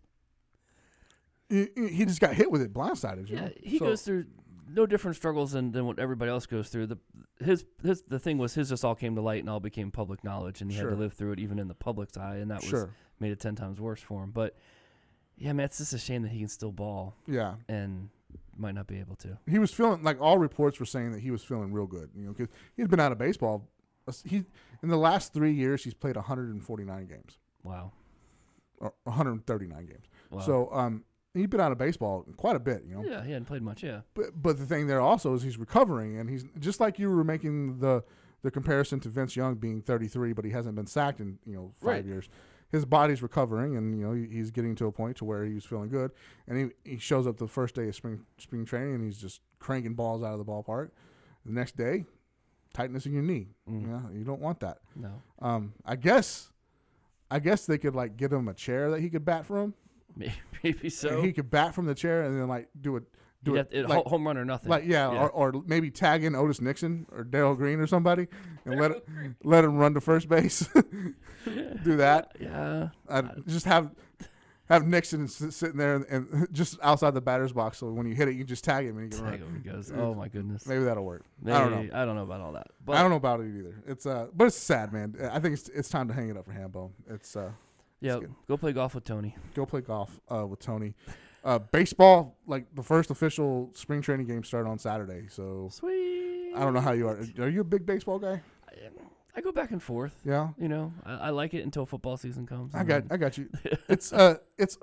S1: He, he just got hit with it blindsided. You
S2: Yeah,
S1: know?
S2: he
S1: So-
S2: goes through no different struggles than, than what everybody else goes through. The his his the thing was his just all came to light and all became public knowledge, and he had
S1: Sure.
S2: to live through it even in the public's eye, and that was
S1: Sure.
S2: made it ten times worse for him. But yeah, man, it's just a shame that he can still ball
S1: Yeah,
S2: and might not be able to.
S1: he was feeling like all reports were saying that he was feeling real good. You know, because he's been out of baseball. uh, He in the last three years he's played 149 games
S2: Wow.
S1: or 139 games.
S2: wow. Hmm.
S1: So um, he's been out of baseball quite a bit. You know,
S2: yeah, he hadn't played much. Yeah,
S1: but but the thing there also is he's recovering and he's just like you were making the the comparison to Vince Young being 33, but he hasn't been sacked in you know five
S2: Right.
S1: years. His body's recovering, and you know he- he's getting to a point to where he was feeling good. And he, he shows up the first day of spring spring training, and he's just cranking balls out of the ballpark. The next day, tightness in your knee.
S2: Hmm.
S1: Yeah, you don't want that.
S2: Mm, no.
S1: Um, I guess, I guess they could like get him a chair that he could bat from.
S2: May- Maybe so.
S1: And he could bat from the chair and then like do a do
S2: He'd
S1: a,
S2: have to- it,
S1: like,
S2: ho- home run or nothing.
S1: like yeah, Or, or maybe tag in Otis Nixon or Daryl Green or somebody and let let him run to first base. do that.
S2: yeah.
S1: i just have have Nixon s- sitting there and, and just outside the batter's box, so when you hit it, you just tag him and he can
S2: Tag
S1: run.
S2: him, he goes. Oh my goodness.
S1: Maybe that'll work. I don't know.
S2: Maybe- I don't know about all that. But
S1: I don't know about it either. It's uh, but it's sad, man. I think it's it's time to hang it up for Hambone. It's uh,
S2: yeah,
S1: good.
S2: go play golf with Tony.
S1: go play golf uh, with Tony. Uh, baseball, like the first official spring training game, started on Saturday. So
S2: Sweet.
S1: I don't know how you are. Are you a big baseball guy?
S2: I go back and forth.
S1: Yeah,
S2: You know, I, I like it until football season comes.
S1: I
S2: and
S1: got,
S2: then-
S1: I got you. It's, uh, it's,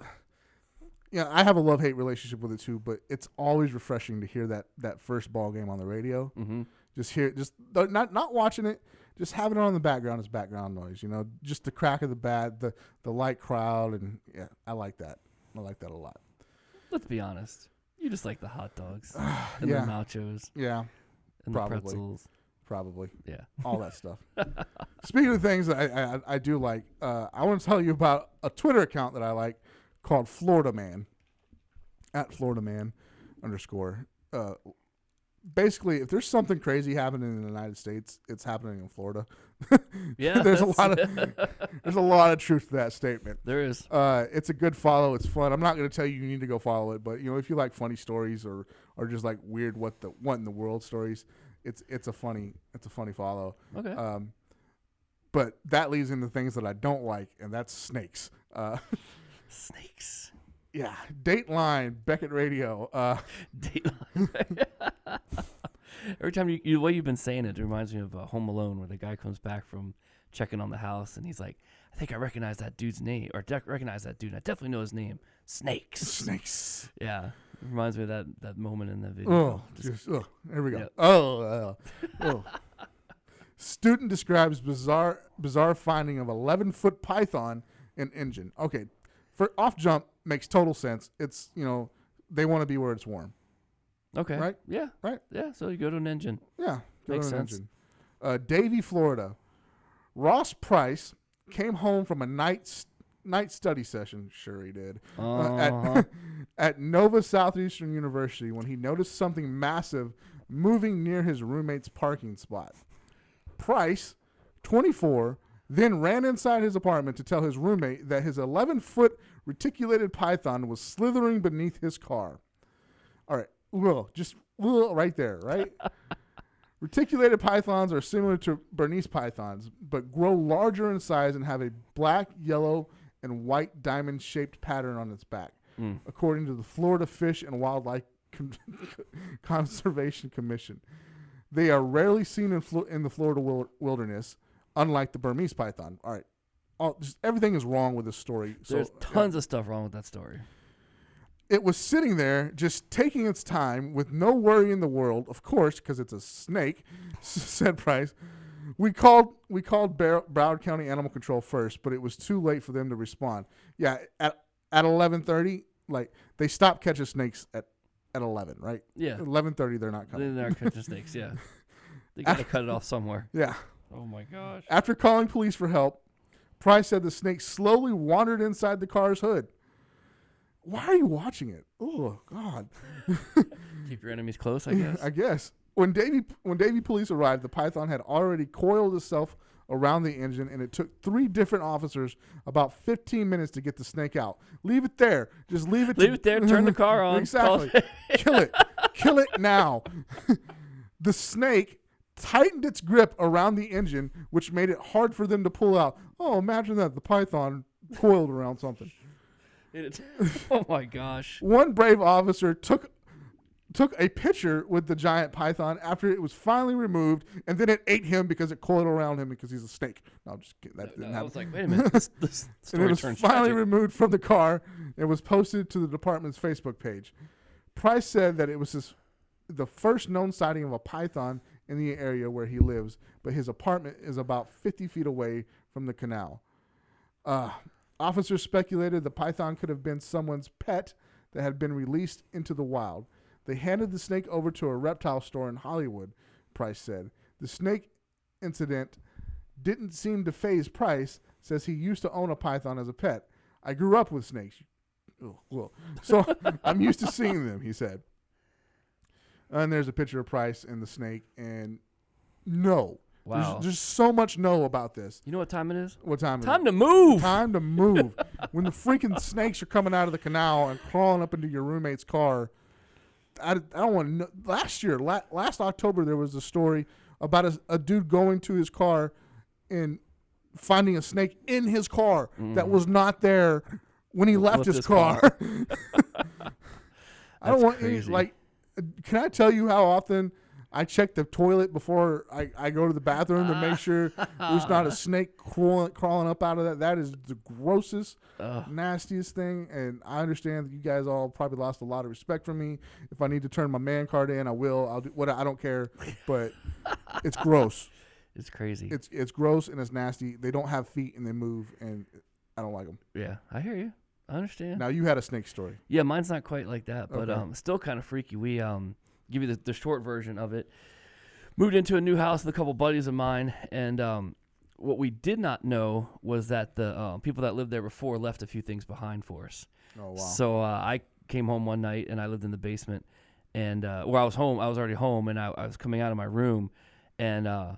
S1: yeah, I have a love hate relationship with it too. But it's always refreshing to hear that that first ball game on the radio. Mm-hmm. Just hear, it, just th- not not watching it, just having it on the background as background noise. You know, just the crack of the bat, the the light crowd, and yeah, I like that. I like that a lot.
S2: Let's be honest. You just like the hot dogs and
S1: Uh, yeah.
S2: the nachos
S1: Yeah,
S2: and
S1: Probably.
S2: the pretzels.
S1: probably.
S2: Yeah.
S1: all that stuff. Speaking of things that I, I, I do like, uh, I want to tell you about a Twitter account that I like called Florida Man, at Florida Man underscore. Uh, basically, if there's something crazy happening in the United States, it's happening in Florida.
S2: Yeah,
S1: there's a
S2: that's-
S1: lot of there's a lot of truth to that statement.
S2: There is.
S1: Uh, it's a good follow. It's fun. I'm not going to tell you you need to go follow it, but you know if you like funny stories or or just like weird what the what in the world stories, it's it's a funny it's a funny follow.
S2: Okay.
S1: Um, but that leads into things that I don't like, and that's snakes. Uh,
S2: Snakes.
S1: yeah, Dateline, Beckett Radio. Uh,
S2: Dateline. Every time you, you the way you've been saying it, it reminds me of uh, Home Alone, where the guy comes back from checking on the house and he's like, "I think I recognize that dude's name, or dec recognize that dude. I definitely know his name. Snakes.
S1: snakes.
S2: Yeah, it reminds me of that that moment in that video.
S1: Oh,
S2: Just-
S1: just, oh, here we go.
S2: Yep.
S1: Oh, oh, oh. Student describes bizarre bizarre finding of 11 foot python in engine. Okay, for off jump makes total sense. It's you know they want to be where it's warm,
S2: okay.
S1: right?
S2: Yeah.
S1: right?
S2: Yeah. So you go to an engine.
S1: Yeah, go
S2: Makes
S1: to an
S2: sense.
S1: engine. Uh, Davie, Florida. Ross Price came home from a night night study session. Sure, he did. uh,
S2: Uh-huh.
S1: at, at Nova Southeastern University when he noticed something massive moving near his roommate's parking spot. Price, 24, then ran inside his apartment to tell his roommate that his 11 foot reticulated python was slithering beneath his car. All right, little, just little right there, right? Reticulated pythons are similar to Bernese pythons, but grow larger in size and have a black, yellow, and white diamond shaped pattern on its back, according to the Florida Fish and Wildlife Con- Conservation Commission. They are rarely seen in, Flo- in the Florida wil- wilderness, unlike the Burmese python. All right, all, just everything is wrong with this story. So,
S2: There's
S1: yeah.
S2: tons of stuff wrong with that story.
S1: It was sitting there, just taking its time, with no worry in the world. Of course, because it's a snake," said Price. We called we called Bar- Broward County Animal Control first, but it was too late for them to respond. Yeah, at at eleven thirty, like they stopped catching snakes at at eleven, right?
S2: Yeah.
S1: Eleven thirty, they're not coming.
S2: Then there are catching snakes, yeah. They got to cut it off somewhere.
S1: Yeah.
S2: Oh my gosh.
S1: After calling police for help, Price said the snake slowly wandered inside the car's hood. Why are you watching it? Oh God.
S2: Keep your enemies close, I guess.
S1: I guess. When Davy when Davy police arrived, the Python had already coiled itself around the engine, and it took three different officers about 15 minutes to get the snake out. Leave it there. Just leave it. to-
S2: Leave it there, turn the car on, call
S1: exactly. Kill it. Kill it now. the snake tightened its grip around the engine, which made it hard for them to pull out. Oh, imagine that the Python coiled around something.
S2: It- oh my gosh.
S1: One brave officer took took a picture with the giant python after it was finally removed, and then it ate him because it coiled around him because he's a snake. No, I'm just kidding. That didn't
S2: I
S1: happen.
S2: was like, wait a minute. This, this
S1: and it
S2: story
S1: was
S2: turns
S1: finally
S2: tragic.
S1: removed from the car and was posted to the department's Facebook page. Price said that it was his, the first known sighting of a python in the area where he lives, but his apartment is about 50 feet away from the canal. Uh, officers speculated the python could have been someone's pet that had been released into the wild. They handed the snake over to a reptile store in Hollywood, Price said. The snake incident didn't seem to phase Price, says he used to own a python as a pet. I grew up with snakes. Ugh, ugh. So I'm used to seeing them, he said. And there's a picture of Price and the snake, and no.
S2: Wow.
S1: There's, there's so much no about this.
S2: You know what time it is?
S1: What time is it?
S2: Time to move.
S1: Time to move. when the freaking snakes are coming out of the canal and crawling up into your roommate's car, I, I don't want to know. Last year, la- last October, there was a story about a, a dude going to his car and finding a snake in his car that was not there when he left,
S2: Left
S1: his,
S2: Mm. his
S1: car.
S2: car.
S1: I don't
S2: That's
S1: want
S2: crazy.
S1: any like. uh, Can I tell you how often I check the toilet before I, I go to the bathroom to make sure there's not a snake crawling, crawling up out of that? That is the grossest, nastiest thing. And I understand that you guys all probably lost a lot of respect from me. If I need to turn my man card in, I will. I'll do what I don't care, but it's gross.
S2: It's crazy.
S1: It's it's gross and it's nasty. They don't have feet and they move, and I don't like them.
S2: yeah, I hear you. I understand.
S1: Now you had a snake story.
S2: Yeah, mine's not quite like that, but
S1: Okay.
S2: um, still kind of freaky. We um, give you the, the short version of it. Moved into a new house with a couple buddies of mine, and um, what we did not know was that the uh, people that lived there before left a few things behind for us.
S1: Oh wow.
S2: So uh, I came home one night and I lived in the basement, and uh, where I was home, I was already home, and I, I was coming out of my room, and uh,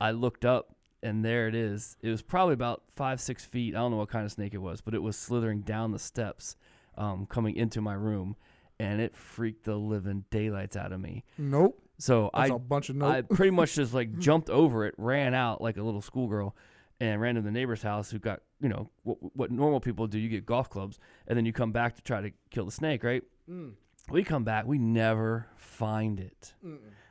S2: I looked up, and there it is. It was probably about five, six feet. I don't know what kind of snake it was, but it was slithering down the steps, um, coming into my room, and it freaked the living daylights out of me.
S1: nope.
S2: So
S1: That's
S2: I
S1: a bunch of
S2: I
S1: nope.
S2: pretty much just like jumped over it, ran out like a little schoolgirl, and ran to the neighbor's house who got, you know, what, what normal people do. You get golf clubs, and then you come back to try to kill the snake, right? We come back, we never find it.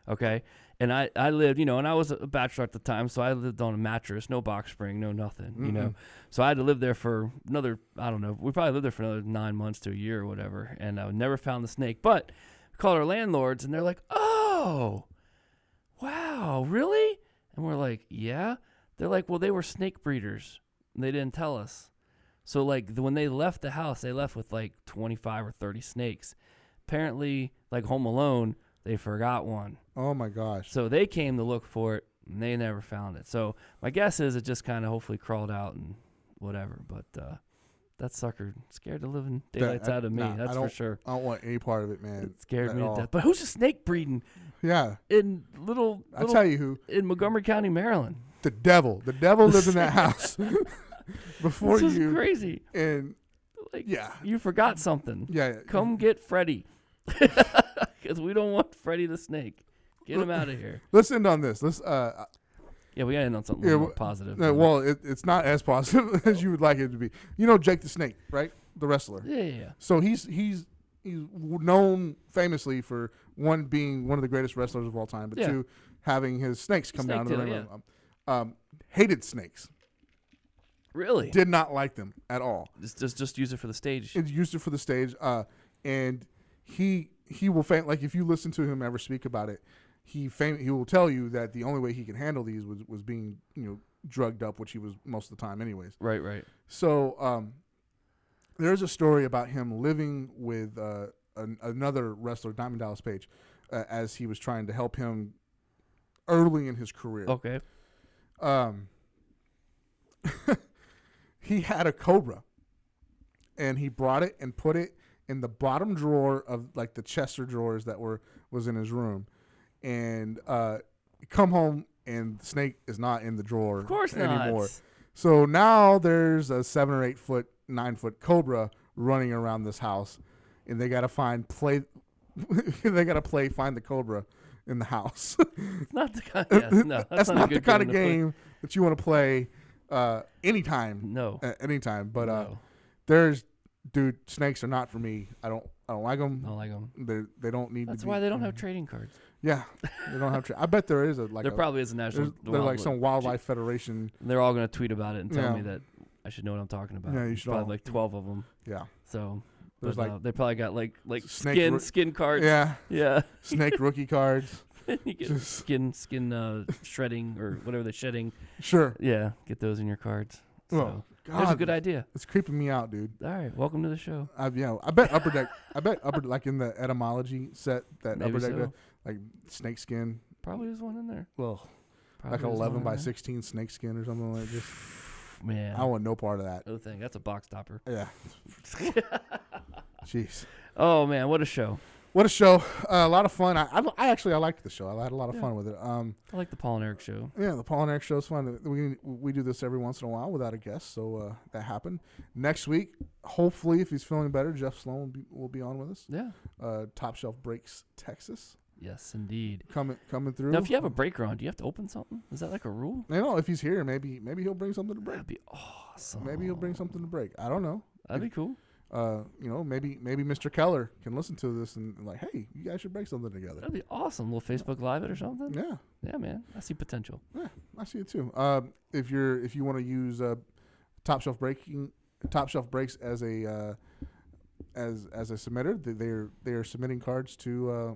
S2: Okay. And I, I lived, you know, and I was a bachelor at the time, so I lived on a mattress, no box spring, no nothing, you know. So I had to live there for another, I don't know, we probably lived there for another nine months to a year or whatever, and I never found the snake. But we called our landlords, and they're like, oh, wow, really? And we're like, yeah. They're like, well, they were snake breeders. And they didn't tell us. So, like, the, when they left the house, they left with like 25 or 30 snakes. Apparently, like Home Alone, they forgot one.
S1: oh my gosh.
S2: So they came to look for it, and they never found it. So my guess is it just kind of hopefully crawled out and whatever. But uh, that sucker scared the living daylights
S1: I-
S2: out of me.
S1: uh, nah, I
S2: that's for
S1: don't-
S2: sure.
S1: I don't want any part of it, man.
S2: It scared
S1: at
S2: me
S1: all.
S2: to death. But who's a snake breeding
S1: Yeah.
S2: in little,
S1: I
S2: little
S1: tell you who.
S2: in Montgomery County, Maryland?
S1: The devil. The devil lived in that house before
S2: this is
S1: you.
S2: crazy.
S1: And
S2: Like,
S1: Yeah.
S2: you forgot something.
S1: yeah,
S2: Come get Freddy, because we don't want Freddy the snake. Get him out of here.
S1: let's end on this. Let's. Uh,
S2: Yeah, we gotta end on something
S1: Yeah,
S2: more
S1: w-
S2: positive.
S1: uh,
S2: than-
S1: well, it, it's not as positive as you would like it to be. You know, Jake the Snake, right? The wrestler.
S2: yeah, yeah, yeah.
S1: So he's he's he's known famously for one being one of the greatest wrestlers of all time, but
S2: Yeah.
S1: two having his snakes come
S2: Snake
S1: down to the
S2: dealer,
S1: ring. with him. Um, hated snakes.
S2: Really?
S1: Did not like them at all.
S2: just, just just use it for the stage.
S1: It's used it for the stage. Uh, and he he will fam- like if you listen to him ever speak about it, he fam- he will tell you that the only way he can handle these was was being you know drugged up, which he was most of the time, anyways.
S2: right, right.
S1: So um, there's a story about him living with uh, an, another wrestler, Diamond Dallas Page, uh, as he was trying to help him early in his career.
S2: Okay.
S1: Um, he had a cobra, and he brought it and put it in the bottom drawer of like the Chester drawers that were was in his room, and uh, come home and the snake is not in the drawer
S2: Of course not.
S1: anymore. So now there's a seven or eight foot, nine foot cobra running around this house, and they gotta find play. they gotta play find the cobra in the house.
S2: It's not the kind. Yeah, no, that's,
S1: That's
S2: not,
S1: not, the
S2: a good
S1: kind of
S2: to play.
S1: game that you want to play uh, anytime.
S2: No.
S1: uh, anytime. But uh,
S2: No.
S1: there's, dude, snakes are not for me. I don't, I don't like them.
S2: I don't like them.
S1: They they don't need
S2: That's
S1: to be.
S2: why they don't have trading cards.
S1: yeah, they don't have. Tra- I bet there is a mm-hmm. like.
S2: there
S1: a,
S2: probably is a
S1: there's,
S2: national.
S1: there's like
S2: wildlife-
S1: some wildlife federation.
S2: They're all gonna tweet about it and tell
S1: Yeah.
S2: me that I should know what I'm talking about.
S1: Yeah, you should
S2: Probably
S1: all-
S2: like twelve of them.
S1: Yeah,
S2: So
S1: There's
S2: but,
S1: like-
S2: uh, they probably got like like
S1: Snake
S2: skin
S1: ro-
S2: skin cards.
S1: yeah.
S2: Yeah.
S1: Snake rookie cards.
S2: you get
S1: Just-
S2: skin skin uh, shredding or whatever they're shedding.
S1: Sure.
S2: Yeah, get those in your cards.
S1: Oh,
S2: So there's a
S1: God.
S2: good idea.
S1: It's creeping me out, dude.
S2: All right, welcome to the show.
S1: I, you know, I bet Upper Deck. I bet Upper like in the etymology set that
S2: Maybe
S1: Upper Deck,
S2: so.
S1: like snake skin,
S2: Probably is one in there.
S1: well,
S2: Probably
S1: like an
S2: there's one
S1: eleven
S2: in
S1: by
S2: there.
S1: sixteen snake skin or something like this.
S2: Man,
S1: I want no part of that.
S2: no thing. That's a box topper.
S1: Yeah. Jeez,
S2: Oh man, what a show!
S1: what a show! Uh, a lot of fun. I, I, I actually I liked the show. I had a lot of
S2: Yeah.
S1: fun with it. Um,
S2: I like the Paul and Eric show.
S1: yeah, the Paul and Eric show's fun. We we do this every once in a while without a guest, so uh, that happened. Next week, hopefully, if he's feeling better, Jeff Sloan will be, will be on with us.
S2: Yeah.
S1: Uh, Top Shelf Breaks Texas
S2: Yes, indeed.
S1: coming coming through.
S2: Now, if you have a breaker on, do you have to open something? Is that like a rule?
S1: You know, if he's here, maybe maybe he'll bring something to break.
S2: That'd be awesome.
S1: Maybe he'll bring something to break. I don't know.
S2: That'd be cool.
S1: Uh, you know, maybe maybe Mr. Keller can listen to this and like, hey, you guys should break something together.
S2: That'd be awesome. little Facebook Live it or something.
S1: Yeah,
S2: Yeah, man. I see potential.
S1: yeah, I see it too. Um, if you're if you want to use uh, top shelf breaking top shelf breaks as a uh, as as a submitter, th- they're they are submitting cards to uh,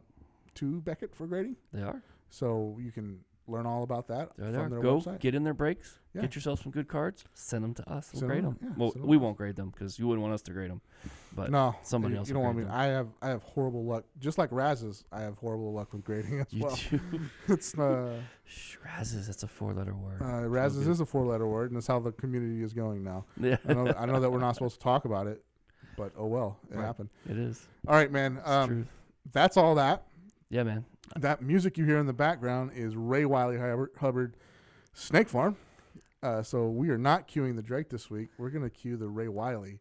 S1: to Beckett for grading,
S2: They are.
S1: so you can learn all about that
S2: There they
S1: from
S2: are.
S1: their
S2: Go
S1: website.
S2: get in their breaks.
S1: Yeah.
S2: Get yourself some good cards. Send them to us. We'll
S1: Send
S2: grade
S1: 'em,
S2: them.
S1: yeah,
S2: well,
S1: send 'em
S2: we
S1: to
S2: won't grade them because you wouldn't want us to grade them. But
S1: no,
S2: somebody
S1: you,
S2: else
S1: You
S2: will
S1: don't want me.
S2: grade
S1: I have I have horrible luck, just like Raz's. I have horrible luck with grading as
S2: you
S1: well.
S2: do.
S1: it's uh,
S2: Shrazes, that's a four-letter word.
S1: uh, Raz's
S2: good.
S1: is a four letter word, and that's how the community is going now.
S2: yeah,
S1: I know, I know that we're not supposed to talk about it, but oh well, it
S2: Right.
S1: happened.
S2: it is.
S1: All right, man.
S2: It's
S1: Um,
S2: truth.
S1: that's all that.
S2: Yeah, man.
S1: That music you hear in the background is Ray Wiley Hubbard, Hubbard Snake Farm. Uh, so we are not cueing the Drake this week. We're gonna cue the Ray Wiley,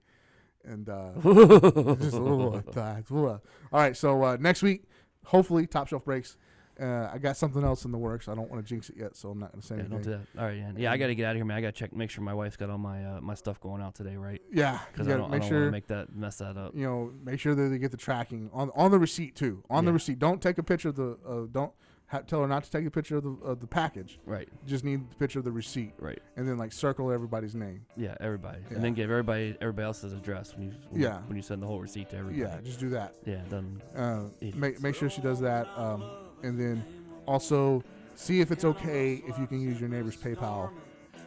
S1: and uh, just a little like that. All right. So uh, next week, hopefully, top shelf breaks. Uh, I got something else in the works. I don't want to jinx it yet, so I'm not gonna say
S2: Yeah,
S1: anything.
S2: don't do that. All right, yeah.
S1: Um,
S2: Yeah, I got to get out of here, man. I got to check, make sure my wife's got all my uh, my stuff going out today, right?
S1: Yeah, you
S2: Because I
S1: gotta
S2: don't, I
S1: make
S2: don't want
S1: sure Mm.
S2: to make that mess that up.
S1: you know, make sure that they get the tracking on on the receipt too. On the
S2: Yeah.
S1: receipt, don't take a picture of the uh, don't ha- tell her not to take a picture of the of the package.
S2: Right,
S1: Just need the picture of the receipt,
S2: right.
S1: and then like circle everybody's name.
S2: Yeah, everybody,
S1: Yeah.
S2: and then give everybody everybody else's address when you when, you-
S1: Yeah.
S2: when you send the whole receipt to everybody.
S1: Yeah, just do that.
S2: yeah. Then
S1: Uh,
S2: Idiots.
S1: make make sure she does that, um, and then also see if it's okay if you can use your neighbor's PayPal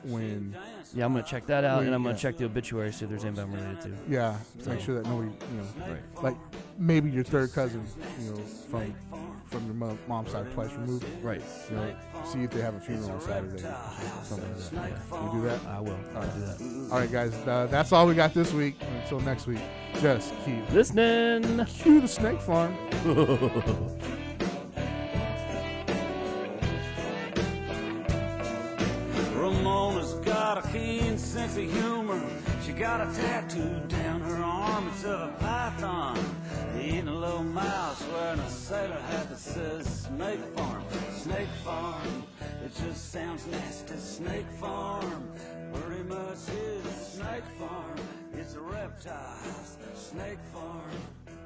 S1: when
S2: yeah, I'm gonna check that out,
S1: Well,
S2: and I'm gonna
S1: yeah.
S2: check the obituary see if there's anybody I'm related to.
S1: yeah make sure that nobody you know
S2: Right.
S1: like maybe your third cousin you know from from your mom, mom's side twice removed
S2: Right.
S1: you know see if they have a funeral on Saturday or something like that. Can we do that?
S2: I will. I'll do that.
S1: All right, guys, uh, that's all we got this week. Until next week, just keep
S2: Listening.
S1: cue the snake farm.
S5: Ramona's got a keen sense of humor. She got a tattoo down her arm. It's of a python eating a little mouse wearing a sailor hat that says Snake Farm. Snake Farm. It just sounds nasty. Snake Farm. Pretty much is Snake Farm. It's a reptile. Snake Farm.